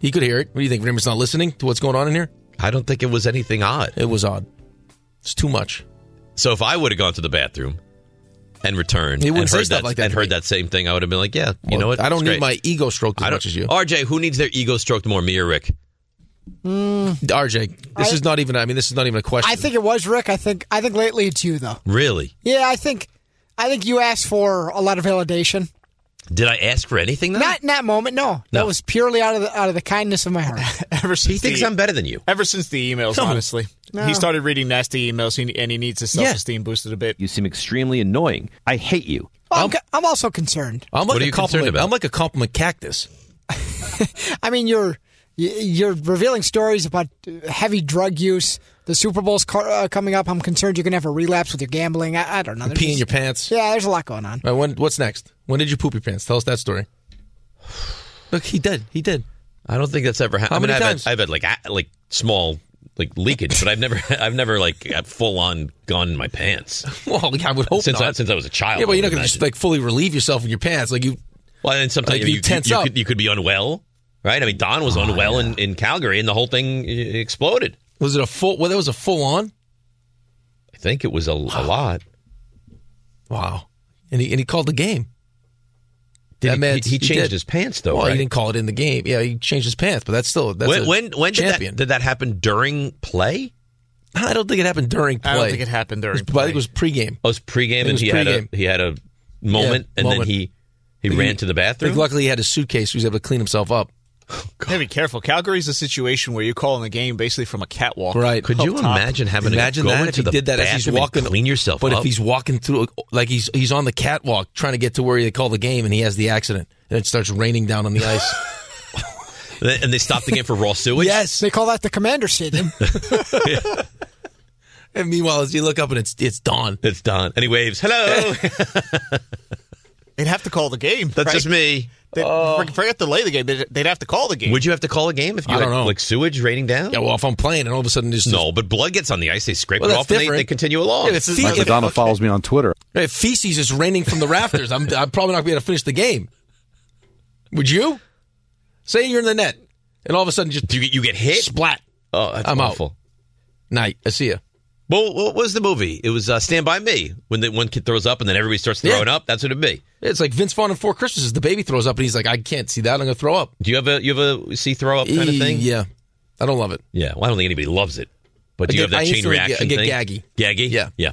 B: He could hear it. What do you think? Raymond's not listening to what's going on in here?
C: I don't think it was anything odd.
B: It was odd. It's too much.
C: So if I would have gone to the bathroom and returned
B: He
C: and
B: wouldn't
C: heard
B: say stuff
C: that,
B: like that
C: and
B: to
C: heard
B: me.
C: that same thing, I would have been like, yeah, you
B: Well,
C: know what?
B: I don't
C: It's
B: need
C: great.
B: my ego stroked as
C: I don't-
B: much as you.
C: RJ, who needs their ego stroked more, me or Rick?
B: RJ, this
D: I-
B: is not even. I mean, this is not even a question.
D: Hmm. I think it was Rick. I think I think lately it's you though.
C: Really?
D: Yeah, I think I think you asked for a lot of validation.
C: Did I ask for anything? Though?
D: Not in that moment, no. That was purely out of the out of the kindness of my heart.
E: Ever since
C: he thinks
E: the-
C: I'm better than you.
E: Ever since the emails,
D: Come on.
E: honestly,
D: No.
E: he started reading nasty emails, he- and he needs his
B: Yeah.
E: self-esteem boosted a bit.
J: You seem extremely annoying. I hate you.
D: Well, I'm, co- I'm also concerned.
B: I'm like
C: What are
B: a
C: you concerned
B: compliment.
C: about?
B: I'm like a compliment cactus.
D: I mean, you're y- you're revealing stories about uh, heavy drug use. The Super Bowl's car, uh, coming up. I'm concerned you're going to have a relapse with your gambling. I, I don't know. There's
B: Pee in
D: just-
B: your pants.
D: Yeah, there's a lot going on.
B: All right, when, what's next? When did you poop your pants? Tell us that story. Look, he did. He did.
C: I don't think that's ever happened.
B: How
C: I mean,
B: many
C: I've
B: times?
C: Had, I've had like a- like small like leakage, but I've never I've never like full on gone in my pants
B: Well, I would hope
C: since
B: not.
C: I, since I was a child.
B: yeah, but
C: I
B: you're not
C: would
B: going to just
C: imagine.
B: like fully relieve yourself in your pants. Like you,
C: Well, and sometimes
B: like,
C: you,
B: you
C: you-
B: tense
C: you
B: up. Oh,
C: Could, you could be unwell, right? I mean, Don was unwell in, in Calgary, and the whole thing uh, exploded.
B: was it a full? Well, that was a full on.
C: I think it was a, a lot.
B: Wow. And he and he called the game.
C: Did
B: That
C: he,
B: man-
C: he- he
B: he
C: changed
B: did.
C: his pants though,
B: well,
C: right?
B: he didn't call it in the game. Yeah, he changed his pants, but that's still that's
C: when
B: a
C: when, when did, that,
B: champion.
C: did that happen during play?
B: I don't think it happened during play.
E: I don't think it happened
B: It was-
E: during.
B: but I
E: play.
B: think it was pregame.
C: Oh, it was pregame,
B: It
C: and
B: was
C: he had
B: pregame.
C: a he had a moment,
B: Yeah,
C: and
B: moment.
C: then he he
B: But
C: ran to the
B: I think
C: bathroom.
B: luckily he had his suitcase. So he was able to clean himself up.
E: Hey, be careful. Calgary's a situation where you're calling the game basically from a catwalk.
B: Right.
C: Could you
E: Up top.
C: imagine having
B: Imagine
C: to go
B: that
C: into
B: if he
C: the
B: did that as he's
C: bathroom and
B: walking.
C: clean yourself
B: But
C: up?
B: if he's walking through, like he's he's on the catwalk trying to get to where they call the game, and he has the accident, and it starts raining down on the ice.
C: and they stopped the game for raw sewage.
D: They call that the Commander Stadium.
B: and meanwhile, as you look up and it's it's dawn.
C: It's Don. And he waves, hello.
E: They'd have to call the game.
C: That's
E: right?
C: just me. Oh.
E: They, forget to lay the game. They'd, they'd have to call the game.
C: Would you have to call a game if you
B: I
C: had
B: don't know.
C: like sewage raining down?
B: Yeah, well, if I'm playing, and all of a sudden there's
C: no, but blood gets on the ice. They scrape
B: Well,
C: it
B: that's
C: off and they,
B: different.
C: they continue along.
B: Yeah, if, fe-
J: Like
B: if-
J: Madonna follows me on Twitter.
B: if feces is raining from the rafters, I'm I'm probably not going to be able to finish the game. Would you? Say you're in the net, and all of a sudden just
C: Do you, get- you get hit?
B: splat.
C: Oh, that's
B: I'm out.
C: awful.
B: Night, I see you.
C: Well, what was the movie? It was uh, Stand By Me when the one kid throws up and then everybody starts throwing
B: Yeah.
C: up. That's what it'd be.
B: It's like Vince Vaughn in Four Christmases. The baby throws up, and he's like, "I can't see that. I'm going to throw up."
C: Do you have a you have a see throw up kind of thing?
B: Yeah, I don't love it.
C: Yeah. Well, I don't think anybody loves it. But
B: I
C: do you
B: get-
C: have that
B: I
C: chain
B: instantly get- I
C: reaction
B: get
C: thing? Gaggy.
B: Yeah.
C: Yeah.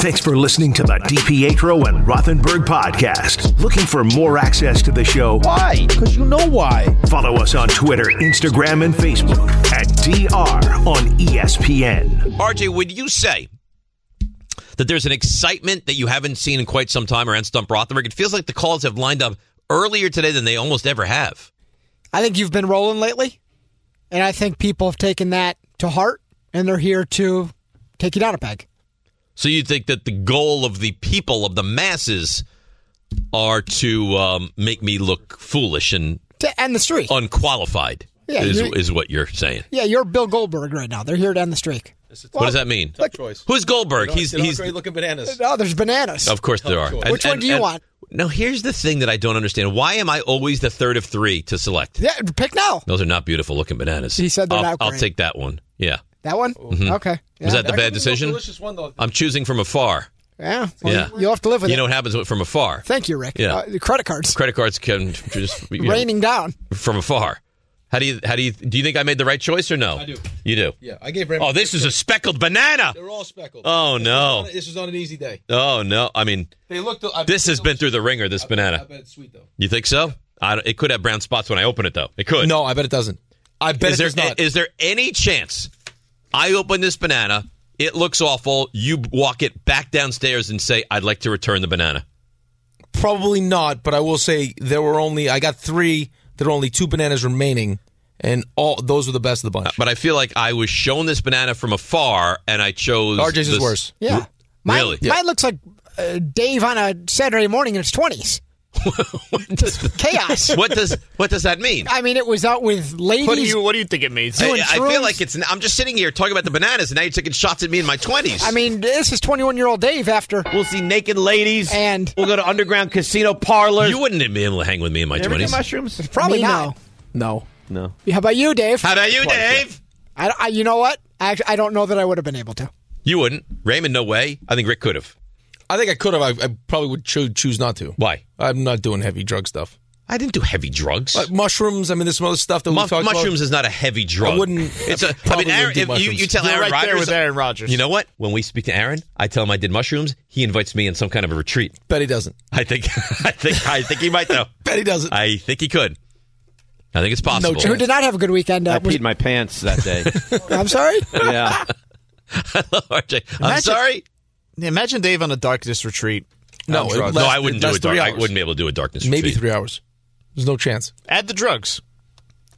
A: Thanks for listening to the DiPietro and Rothenberg podcast. Looking for more access to the show? Why? Because you know why. Follow us on Twitter, Instagram, and Facebook at DR on E ESPN.
C: RJ, would you say that there's an excitement that you haven't seen in quite some time around Stump Rothenberg? It feels like the calls have lined up earlier today than they almost ever have.
D: I think you've been rolling lately, and I think people have taken that to heart, and they're here to take you down a peg.
C: So you think that the goal of the people, of the masses, are to um, make me look foolish and
D: to end the streak,
C: unqualified?
D: Yeah,
C: is,
D: you-
C: is what you're saying.
D: Yeah, you're Bill Goldberg right now. They're here to end the streak.
C: what does that mean?
D: Tough
B: choice.
C: Who's Goldberg? He's he's
B: looking bananas.
D: No, there's bananas.
C: Of course there are.
D: choice. Which one do you want?
C: No, here's the thing that I don't understand. Why am I always the third of three to select?
D: Yeah, pick now.
C: Those are not beautiful looking bananas.
D: He said they're
C: I'll,
D: not
C: I'll
D: great.
C: take that one. Yeah.
D: That one?
C: Mhm.
D: Okay.
C: Was
D: Yeah.
C: that the bad decision? I'm choosing from afar.
D: Yeah. Well,
C: Yeah.
D: You'll have to live with
C: you
D: it.
C: know what happens with- from afar?
D: Thank you, Rick.
C: Yeah.
D: Uh, the credit cards
C: Credit cards can just you know,
D: raining down.
C: from afar. How do you how do you do you think I made the right choice or no? I do. Oh. You do.
B: Yeah, I gave
C: Oh, this is a speckled banana.
B: They're all speckled.
C: Oh, no.
B: This was on an easy day.
C: Oh no! I mean,
B: They look. I
C: this has been through the ringer. This banana.
B: bet it's sweet though.
C: You think so? I don't, it could have brown spots when I open it, though. It could.
B: No, I bet it doesn't. I bet
C: is
B: it
C: there,
B: does not.
C: Is there any chance I open this banana? It looks awful. You walk it back downstairs and say, "I'd like to return the banana."
B: Probably not, but I will say there were only I got three. There were only two bananas remaining, and all those were the best of the bunch.
C: But I feel like I was shown this banana from afar, and I chose.
B: RJ's is
C: this-
B: worse.
D: Yeah. Mine,
C: Really?
D: Mine looks like uh, Dave on a Saturday morning in his 20s. Just chaos.
C: what does what does that mean?
D: I mean, it was out with ladies.
E: What do you What do you think it means?
C: I,
D: Doing
C: I feel
D: shrooms.
C: like it's. I'm just sitting here talking about the bananas, and now you're taking shots at me in my twenties.
D: I mean, this is 21 year old Dave after.
J: We'll see naked ladies.
D: And
J: We'll go to underground casino parlors.
C: you wouldn't be able to hang with me in my
J: You ever get
C: twenties.
J: mushrooms?
D: probably Me, not.
B: No,
J: No.
D: How about you, Dave?
C: How about you, Dave?
D: I, I- you know what? I, I don't know that I would have been able to.
C: You wouldn't. Raymond, no way. I think Rick could have.
B: I think I could have. I, I probably would cho- choose not to.
C: Uh. Why?
B: I'm not doing heavy drug stuff.
C: I didn't do heavy drugs.
B: Like mushrooms. I mean, there's some other stuff that we
C: Muff-
B: talked about.
C: mushrooms is not a heavy drug.
B: I wouldn't-
C: It's
B: I
C: a. I
B: probably
C: mean, Aaron,
B: wouldn't do
C: if you,
B: mushrooms.
C: you tell
E: You're
C: Aaron
E: right there
C: Rodgers-
E: with Aaron Rodgers.
C: You know what? When we speak to Aaron, I tell him I did mushrooms. He invites me in some kind of a retreat.
B: Bet he doesn't.
C: I think. I think. I think he might though.
B: Bet he doesn't.
C: I think he could. I think it's possible.
D: Who did not have a good weekend?
J: I
D: Uh, was-
J: peed my pants that day.
D: I'm sorry?
J: yeah.
C: I love RJ. I'm
E: Imagine-
C: sorry.
E: Imagine Dave on a darkness retreat. Oh,
B: No, it
C: no,
B: lasted-
C: I wouldn't do
B: lasted
C: it. Dark.
B: three
C: I
B: hours.
C: wouldn't be able to do a darkness.
B: Maybe
C: retreat.
B: three hours. There's no chance.
E: Add the drugs.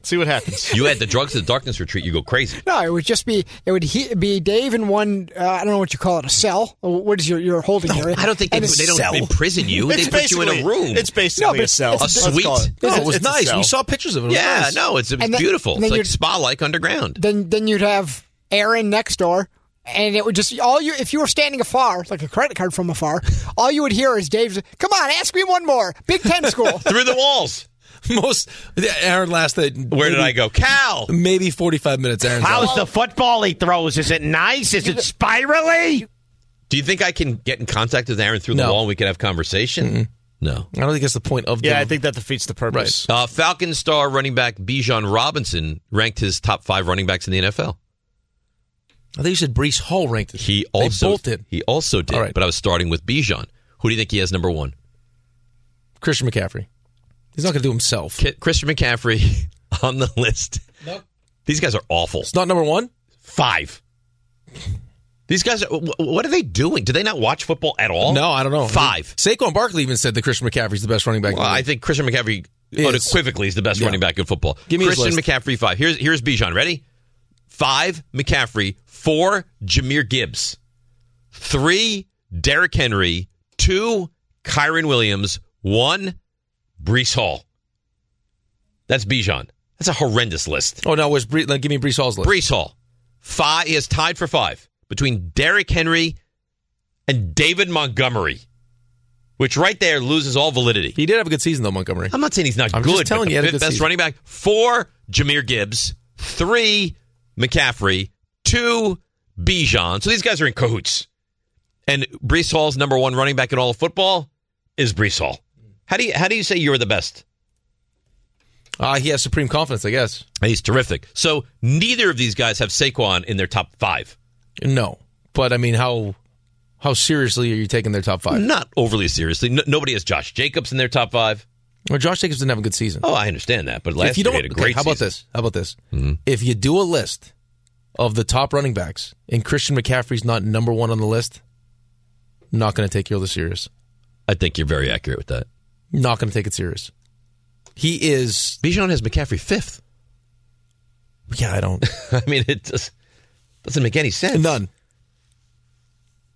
E: See what happens.
C: You add the drugs to the darkness retreat, you go crazy.
D: No, it would just be it would he, be Dave in one. Uh, I don't know what you call it, a cell. What is your your holding area?
C: I don't think they,
D: And a
C: they don't
D: cell.
C: imprison you. they put you in a
E: basically-
C: room.
E: It's basically
D: but
E: a cell.
D: it's-
C: A
E: Let's call
C: suite.
E: It's-
B: it was
E: it's a
B: nice.
E: cell.
B: We saw pictures of it. It was
C: yeah,
B: nice.
C: no, it's, it's
D: And then-
C: beautiful.
D: and then
C: It's like
D: you're-
C: spa-like underground.
D: Then then you'd have Aaron next door, and it would just all you. If you were standing afar, like a credit card from afar, all you would hear is Dave's. Come on, ask me one more. Big Ten school.
C: Through the walls.
B: Most Aaron lasted.
C: Where did I go? Cal.
B: Maybe 45 minutes. Aaron's out.
J: How's the football he throws? Is it nice? Is it spirally?
C: Do you think I can get in contact with Aaron through the
B: No.
C: wall and we can have conversation? No.
B: I don't think that's the point of.
E: Yeah,
B: the,
E: I think that defeats the purpose.
C: Uh, Falcon star running back Bijan Robinson ranked his top five running backs in the NFL.
B: I think you said Brees Hall ranked. it.
C: He also
B: they both did.
C: He also did.
B: All right.
C: But I was starting with Bijan. Who do you think he has number one?
B: Christian McCaffrey. He's not going to do himself.
C: Ki- Christian McCaffrey on the list.
B: Nope.
C: These guys are awful.
B: It's not number one.
C: Five. These guys, are, wh- what are they doing? Do they not watch football at all?
B: No, I don't know.
C: Five.
B: Saquon Barkley even said that Christian McCaffrey's the best running back. in
C: Well,
B: the
C: I
B: league.
C: think Christian McCaffrey
B: Is.
C: unequivocally is the best
B: Yeah.
C: running back in football.
B: Give me his
C: Christian
B: list.
C: McCaffrey five. Here's here's Bijan. Ready? Five McCaffrey, four Jameer Gibbs, three Derrick Henry, two Kyron Williams, one Brees Hall. That's Bijan. That's a horrendous list.
B: Oh no, where's Bre- like, give me Brees Hall's list?
C: Brees Hall, five. He is tied for five between Derrick Henry and David Montgomery, which right there loses all validity. He
B: did have a good season though, Montgomery.
C: I'm not saying he's not
B: I'm
C: good.
B: Just telling
C: but
B: you, he had
C: the
B: a good
C: fifth best
B: season.
C: running back. Four, Jameer Gibbs. Three, McCaffrey. Two, Bijan. So these guys are in cahoots. And Brees Hall's number one running back in all of football is Brees Hall. How do you how do you say you're the best?
B: Uh, he has supreme confidence, I guess.
C: He's terrific. So neither of these guys have Saquon in their top five.
B: No, but I mean, how how seriously are you taking their top five?
C: Not overly seriously. No, nobody has Josh Jacobs in their top five.
B: Well, Josh Jacobs didn't have a good season.
C: Oh, I understand that, but last
B: if you
C: year
B: don't,
C: he had a great.
B: okay, how about
C: season. Mm-hmm.
B: this? How about this? If you do a list of the top running backs and Christian McCaffrey's not number one on the list, not going to take you all the serious.
C: I think you're very accurate with that.
B: Not going to take it serious. He is.
C: Bijan has McCaffrey fifth.
B: Yeah, I don't.
C: I mean, it just doesn't make any sense.
B: None.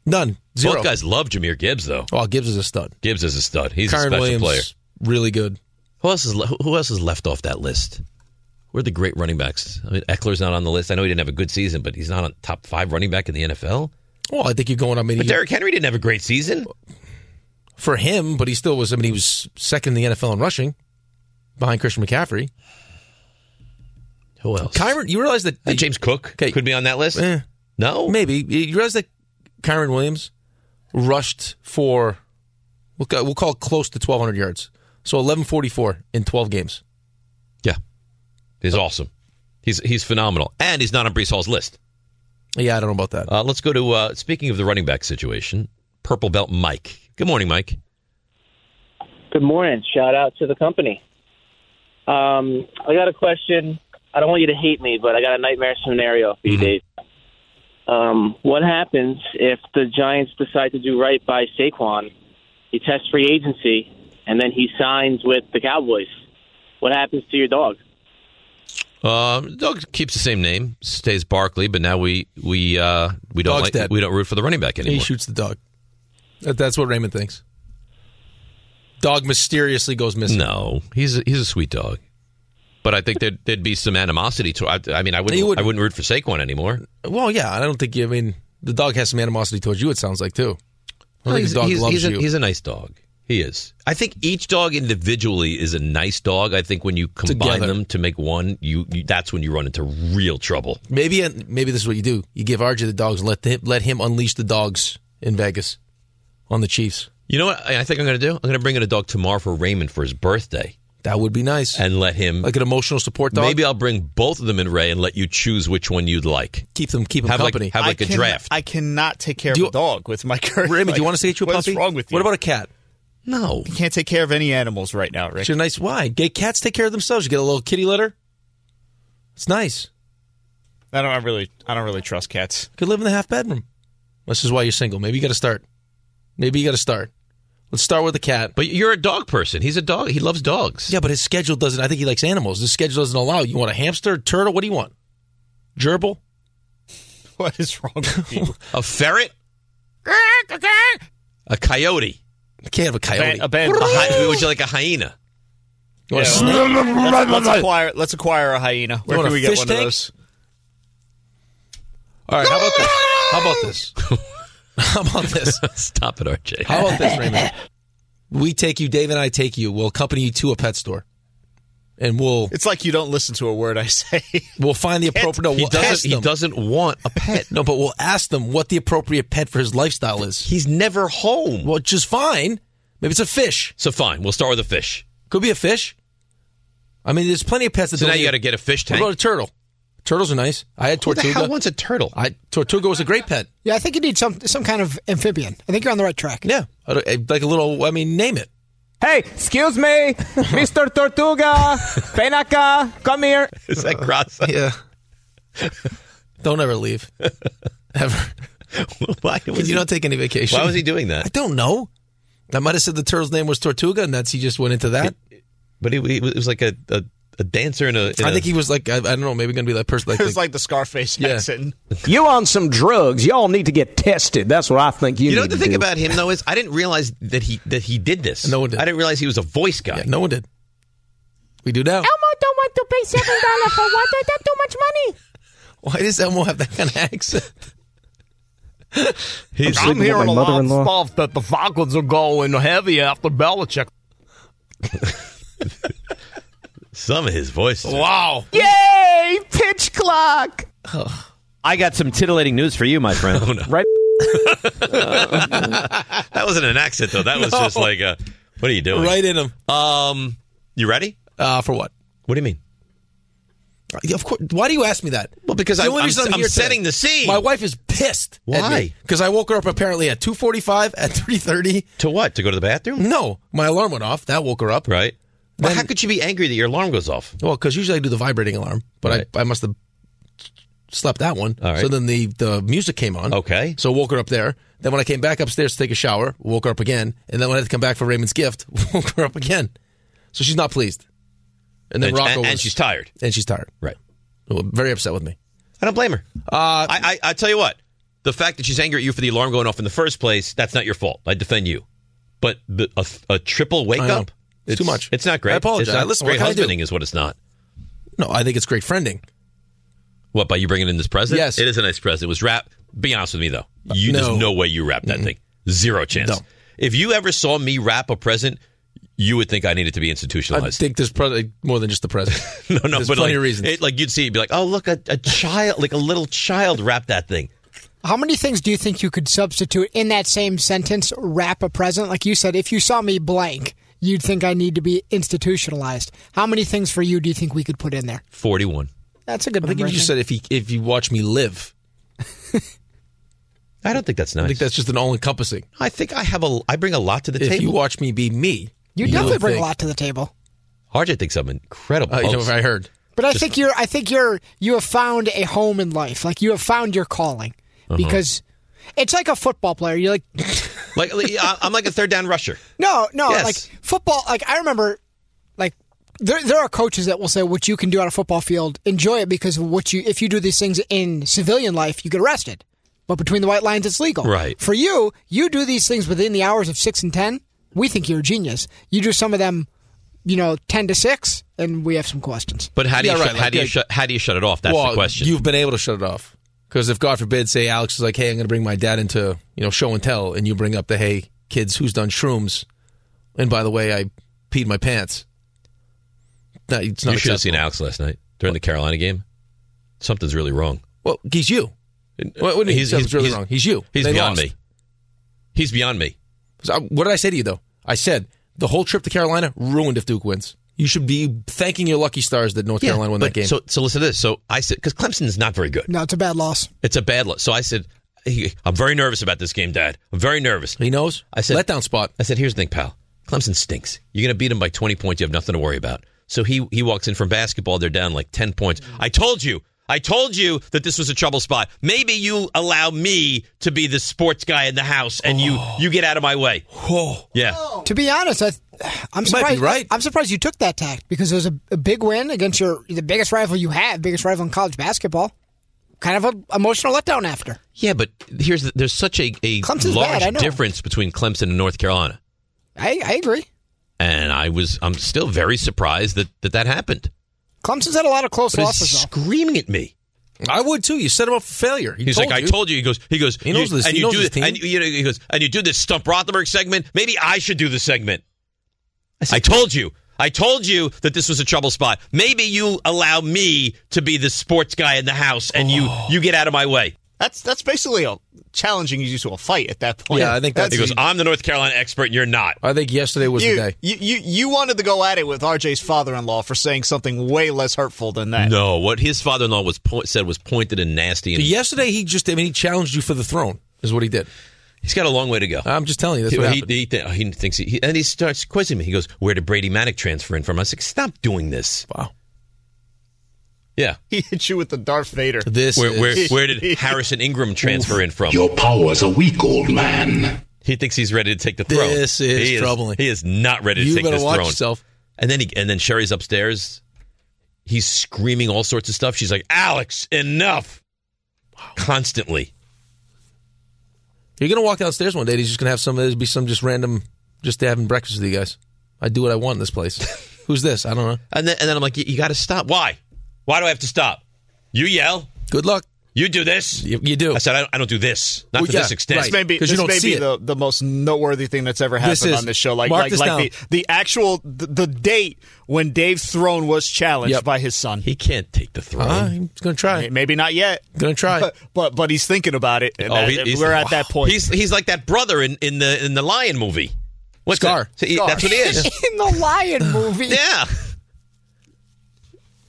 B: None. Zero.
C: Both guys love Jameer Gibbs though.
B: Oh, Gibbs is a stud.
C: Gibbs is a stud. He's a
B: Kyron
C: special
B: Williams,
C: player.
B: Really good.
C: Who else is le- who else is left off that list? Who are the great running backs? I mean, Eckler's not on the list. I know he didn't have a good season, but he's not on top five running back in the NFL.
B: Well, Oh, I think you're going. I mean,
C: But
B: he-
C: Derrick Henry didn't have a great season.
B: for him, but he still was. I mean, he was second in the NFL in rushing, behind Christian McCaffrey.
C: Who else? Uh,
B: Kyron, you realize that Eh.
C: James Cook could be on that list. no,
B: maybe you realize that Kyron Williams rushed for we'll ca- we'll call it close to 1,200 yards, so 1144 in 12 games.
C: Yeah, he's awesome. He's he's phenomenal, and he's not on Brees Hall's list.
B: Yeah, I don't know about that.
C: Uh, let's go to uh, speaking of the running back situation. Purple belt Mike. Good morning, Mike.
K: Good morning. Shout out to the company. Um, I got a question. I don't want you to hate me, but I got a nightmare scenario for you, Dave. Um, what happens if the Giants decide to do right by Saquon? He tests free agency, and then he signs with the Cowboys. What happens to your dog?
C: Um, dog keeps the same name, stays Barkley, but now we we uh, we don't
B: Dog's
C: like
B: dead.
C: we don't root for the running back
B: He
C: anymore.
B: shoots the dog. That- that's what Raymond thinks. Dog mysteriously goes missing.
C: No, he's a, he's a sweet dog, but I think there'd, there'd be some animosity to. I, I mean, I
B: He
C: wouldn't,
B: wouldn't.
C: I wouldn't root for Saquon anymore.
B: Well, yeah, I don't think you. I mean, the dog has some animosity towards you. It sounds like too. I don't think
C: he's,
B: the dog
C: he's-
B: loves
C: he's a,
B: you.
C: he's a nice dog. He is. I think each dog individually is a nice dog. I think when you combine
B: Together.
C: them to make one, you, you that's when you run into real trouble.
B: Maybe maybe this is what you do. You give RJ the dogs and let him, let him unleash the dogs in Vegas on the Chiefs.
C: You know what? I I think I'm going to do. I'm going to bring in a dog tomorrow for Raymond for his birthday.
B: That would be nice.
C: And let him
B: like an emotional support dog.
C: Maybe I'll bring both of them in Ray and let you choose which one you'd like.
B: Keep them keep
C: have Like, have like
E: I
C: a
E: can-
C: draft.
E: I cannot take care of a dog with my current.
B: Raymond, do you
E: life.
B: want us to get you a
E: What's
B: puppy?
E: wrong with you?
B: What about a cat?
C: No,
E: you can't take care of any animals right now, Rick.
B: It's a nice why. Gay cats take care of themselves. You get a little kitty litter. It's nice.
E: I don't I really, I don't really trust cats.
B: Could live in the half bedroom. This is why you're single. Maybe you got to start. Maybe you got to start. Let's start with a cat.
C: But you're a dog person. He's a dog. He loves dogs.
B: Yeah, but his schedule doesn't. I think he likes animals. His schedule doesn't allow. You want a hamster, turtle? What do you want? Gerbil?
E: What is wrong with you?
C: a ferret? A coyote?
B: I can't have a coyote.
E: A band.
C: hy- would you like a hyena?
B: You want a
E: Yeah,
B: snake?
E: well, let's, let's acquire, let's acquire a hyena. Where
B: want
E: can
B: a
E: we get
B: fish
E: one
B: tank?
E: of those?
B: All right, how about this? How about this? How about this?
C: Stop it, RJ.
B: How about this, Raymond? We take you, Dave and I take you. We'll accompany you to a pet store, and we'll
E: It's like you don't listen to a word I say.
B: we'll find the appropriate. No,
C: He
B: we'll
C: doesn't-
B: ask
C: he
B: them.
C: doesn't want a pet.
B: No, but we'll ask them what the appropriate pet for his lifestyle is.
C: He's never home.
B: Which is fine. Maybe it's a fish.
C: So fine, we'll start with a fish.
B: Could be a fish. I mean, there's plenty of pets that
C: So now
B: don't
C: you
B: need-
C: got to get a fish
B: What about a
C: tank.
B: turtle? Turtles are nice. I had
C: Who the
B: tortuga.
C: hell wants a turtle?
B: I tortuga was a great pet.
D: Yeah, I think you need some some kind of amphibian. I think you're on the right track.
B: Yeah, I don't- I- like a little. I mean, name it.
L: Hey, excuse me, Mr. Tortuga, Penaka, come here.
C: Is that Grasa?
B: Yeah. don't ever leave. Ever.
C: Why
B: Because you don't take any vacation.
C: Why was he doing
B: I
C: that?
B: don't know. I might have said the turtle's name was Tortuga, and that's he just went into that.
C: But he, he was like a, a, a dancer in a. in
B: I
C: a-
B: think he was like I, I don't know, maybe gonna be that person. Like,
E: It's like the Scarface
B: Yeah.
E: accent.
L: You on some drugs? Y'all need to get tested. That's what I think you,
C: You know
L: need
C: what the
L: to
C: thing
L: do.
C: about him though is I didn't realize that he that he did this.
B: No one did.
C: I didn't realize he was a voice guy.
B: yeah, no one did. We
C: É.
B: do now.
L: Elmo don't want to pay seven dollars for water. That's too much money.
B: Why does Elmo have that kind of accent?
M: He's
N: I'm
M: sleeping with
N: hearing
M: my
N: a lot of
M: mother-in-law.
N: stuff that the Falcons are going heavy after Belichick.
C: Some of his voices. are-
E: Oh.
N: Wow.
L: Yay! Pitch clock.
M: I got some titillating news for you, my friend. Right?
C: Oh, That wasn't an accent though. That was
M: No.
C: just like a. What are you doing?
B: Right in him.
C: Um, you ready?
B: Uh, for what?
C: What do you mean?
B: Yeah, of course. Why do you ask me that? Well,
C: because I'm- I'm- I'm setting the scene.
B: My wife is pissed.
C: Why?
B: Because I woke her up apparently at two forty-five, at three thirty.
C: To what? To go to the bathroom?
B: No, my alarm went off. That woke her up.
C: Right. Well, how could you be angry that your alarm goes off?
B: Well, because usually I do the vibrating alarm, but I, I must have slept that one.
C: All right.
B: So then the, the music came on.
C: Okay.
B: So woke her up there. Then when I came back upstairs to take a shower, woke her up again. And then when I had to come back for Raymond's gift, woke her up again. So she's not pleased. And then
C: And-
B: Rocco
C: and-
B: was,
C: and she's tired.
B: And she's tired.
C: Right.
B: Well, Very upset with me.
C: I don't blame her. Uh, I, I I tell you what, the fact that she's angry at you for the alarm going off in the first place, that's not your fault. I defend you, but the, a, a triple wake
B: I know.
C: up,
B: It's too much.
C: It's not great.
B: I apologize.
C: It's not
B: Listen, what
C: great
B: can I do?
C: husbanding is what it's not.
B: No, I think it's great friending.
C: What by you bringing in this present?
B: Yes.
C: it is a nice present. It was wrapped. Be honest with me though, you
B: No.
C: there's no way you wrapped that thing. Zero chance.
B: No.
C: If you ever saw me wrap a present, you would think I needed to be
B: I
C: institutionalized.
B: think there's probably more than just the present.
C: no, no,
B: There's
C: but
B: plenty
C: like,
B: of reasons.
C: It, like you'd see, it, be like, oh look, a, a child, like a little child wrapped that thing.
D: How many things do you think you could substitute in that same sentence? Wrap a present, like you said. If you saw me blank, you'd think I need to be institutionalized. How many things for you do you think we could put in there?
C: Forty-one.
D: That's a good.
B: I think
D: number,
B: you just said if you if you watch me live.
C: I don't think that's nice.
B: I think that's just an all encompassing.
C: I think I have a I bring a lot to the
B: if
C: table.
B: you watch me be me,
D: You definitely
B: would
D: bring
B: think-
D: a lot to the table.
C: RJ thinks I'm incredible. Oh,
B: Uh, you know,
C: host.
B: I heard.
D: But I think you're I think you're you have found a home in life. Like you have found your calling.
C: Uh-huh.
D: Because it's like a football player. You're like
C: like like, I- I'm like a third down rusher.
D: no, no,
C: Yes.
D: like football like I remember like there there are coaches that will say what you can do on a football field, enjoy it because what you if you do these things in civilian life, you get arrested. But between the white lines it's legal.
C: Right.
D: For you, you do these things within the hours of six and ten, we think you're a genius. You do some of them, you know, ten to six, and we have some questions.
C: But how do you
B: Yeah,
C: shut,
B: right,
C: how
B: like,
C: do you
B: yeah.
C: shut how do you shut it off? That's
B: well,
C: the question.
B: You've been able to shut it off because if God forbid, say Alex is like, "Hey, I'm going to bring my dad into you know show and tell," and you bring up the, "Hey, kids, who's done shrooms?" And by the way, I peed my pants. No, it's not
C: you should have
B: acceptable.
C: seen Alex last night during the Carolina game. Something's really wrong.
B: Well, he's you. What, what do you mean
C: He's-
B: something's
C: he's-
B: really
C: he's-
B: wrong? He's you.
C: he's
B: They
C: beyond
B: lost.
C: me. He's beyond me.
B: So, I- what did I say to you though? I said the whole trip to Carolina ruined if Duke wins. You should be thanking your lucky stars that North Carolina won
C: but
B: that game.
C: So so listen to this. So I said because Clemson's not very good.
D: No, it's a bad loss.
C: It's a bad loss. So I said "Hey, I'm very nervous about this game, Dad. I'm very nervous. He
B: knows.
C: I said
B: letdown spot.
C: I said here's the thing, pal. Clemson stinks. You're going to beat them by 20 points. You have nothing to worry about. So he he walks in from basketball. They're down like 10 points. I told you. I told you that this was a trouble spot. Maybe you allow me to be the sports guy in the house, and you you get out of my way.
B: Whoa.
C: Yeah.
D: To be honest, I, I'm
C: You might be
D: surprised.
C: right.
D: I'm surprised you took that tact because it was a, a big win against your the biggest rival you have, biggest rival in college basketball. Kind of a emotional letdown after.
C: Yeah, but here's the, there's such a, a
D: Clemson's
C: large
D: bad, I know.
C: difference between Clemson and North Carolina,
D: I, I agree.
C: and I was I'm still very surprised that that, that happened.
D: Clemson's had a lot of close
C: But he's
D: losses. Though.
C: screaming at me.
B: I would too. You set him up for failure. He
C: He's
B: told
C: like,
B: you.
C: I told you. He goes, he goes,
B: He knows
C: you,
B: this-
C: and
B: he
C: you
B: knows
C: do
B: this
C: thi- and you, you know, he goes, and you do this Stump Rothenberg segment. Maybe I should do the segment. I, told you. I told you that this was a trouble spot. Maybe you allow me to be the sports guy in the house, and
B: Oh.
C: you you get out of my way.
E: That's that's basically a challenging you to a fight at that point.
C: he goes. I'm the North Carolina expert, and you're not.
B: I think yesterday was
E: you,
B: the day.
E: You, you you wanted to go at it with RJ's father-in-law for saying something way less hurtful than that.
C: No, what his father-in-law was po- said was pointed and nasty.
B: But
C: And
B: yesterday he just, I mean, he challenged you for the throne, is what he did.
C: He's got a long way to go.
B: I'm just telling you, that's what
C: he,
B: happened.
C: he, thi- he thinks he, he- and he starts quizzing me. He goes, "Where did Brady Manic transfer in from?" I was like, "Stop doing this."
B: Wow.
C: Yeah.
E: He hit you with the Darth Vader.
C: where, where, where did Harrison Ingram transfer in from?
O: Your power's a weak old man.
C: He thinks he's ready to take the throne.
B: This is
C: he
B: troubling.
C: He is not ready to
B: You
C: take
B: better
C: this
B: watch
C: throne.
B: yourself.
C: And then he and then Sherry's upstairs. He's screaming all sorts of stuff. She's like, "Alex, enough!" Constantly.
B: You're going to walk downstairs one day and he's just going to have some, there's be some just random, just having breakfast with you guys. I do what I want in this place. Who's this? I
C: Uh,
B: don't know.
C: And then and then I'm like, "You, got to stop. Why? Why do I have to stop? You yell.
B: Good luck.
C: You do this. You,
B: do.
C: I said, I don't, I don't do this. Not
E: Well,
C: to
E: yeah,
C: this extent.
E: This may be, this may be the, the most noteworthy thing that's ever happened
C: This is-
E: on this show. Like,
C: mark
E: like,
C: this down.
E: like the, the actual the, the date when Dave's throne was challenged by his son. He
C: can't take the throne.
E: he's gonna try. Maybe not yet.
B: Gonna try.
E: But but, but he's thinking about it. And that-
C: Oh, he- he's-
E: we're at that point.
C: He's he's like that brother in, in the in the Lion movie. What's
E: Scar.
C: that? See,
E: Scar.
C: That's what he is.
D: in the Lion movie.
C: Yeah.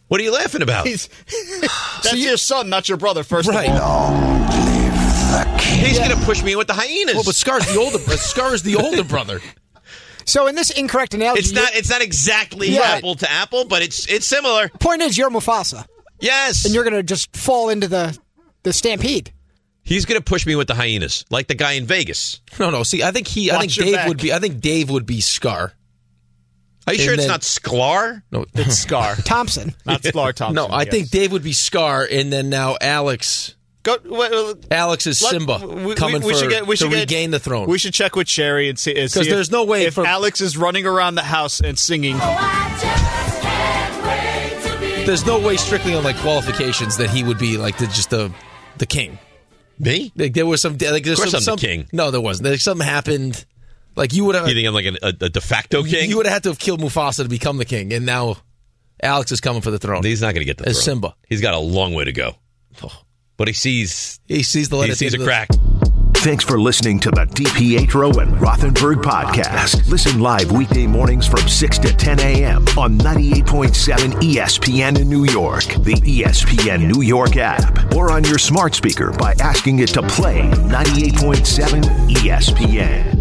C: What are you laughing about?
E: He's- that's your son, not your brother. First of all,
C: He's gonna push me with the hyenas.
B: Well, but Scar's the older. Scar's the older brother.
D: So in this incorrect analogy,
C: It's not
D: your
C: it's not exactly
D: Yeah.
C: apple to apple, but it's it's similar.
D: point is you're Mufasa.
C: Yes,
D: and you're gonna just fall into the the stampede.
C: He's gonna push me with the hyenas, like the guy in Vegas.
B: No, no. See, I think he. I
C: Watch
B: think
C: your
B: Dave
C: back.
B: would be. I think Dave would be Scar.
C: Are you
B: And
C: sure it's
B: then-
C: not Sklar?
B: No,
E: it's Scar
D: Thompson,
E: not Sklar Thompson.
B: No, I
E: yes.
B: think Dave would be Scar, and then now Alex.
E: Go. Well,
B: Alex is
E: Let-
B: Simba coming for to regain the throne.
E: We should check with Sherry and see and see
B: 'Cause
E: if-
B: there's no way
E: if
B: for-
E: Alex is running around the house and singing.
B: There's no way strictly on like qualifications that he would be like the, just the the king.
C: Me?
B: Like, there was some. Like, there's
C: Of course
B: some,
C: I'm the
B: some-
C: king.
B: No, there wasn't. Like, something happened. Like you would have.
C: You think I'm like an, a, a de facto king?
B: You would have had to have killed Mufasa to become the king, and now Alex is coming for the throne.
C: He's not going to get the
B: As
C: throne.
B: Simba.
C: He's got a long way to go. But he sees
B: he sees the
C: he
B: light at the
C: sees
B: end
C: a
B: of the-
C: crack.
A: Thanks for listening to the DPetro and Rothenberg podcast. Listen live weekday mornings from 6 to 10 a.m. on 98.7 ESPN in New York, the E ESPN New York app, E or on your smart speaker by asking it to play 98.7 ESPN.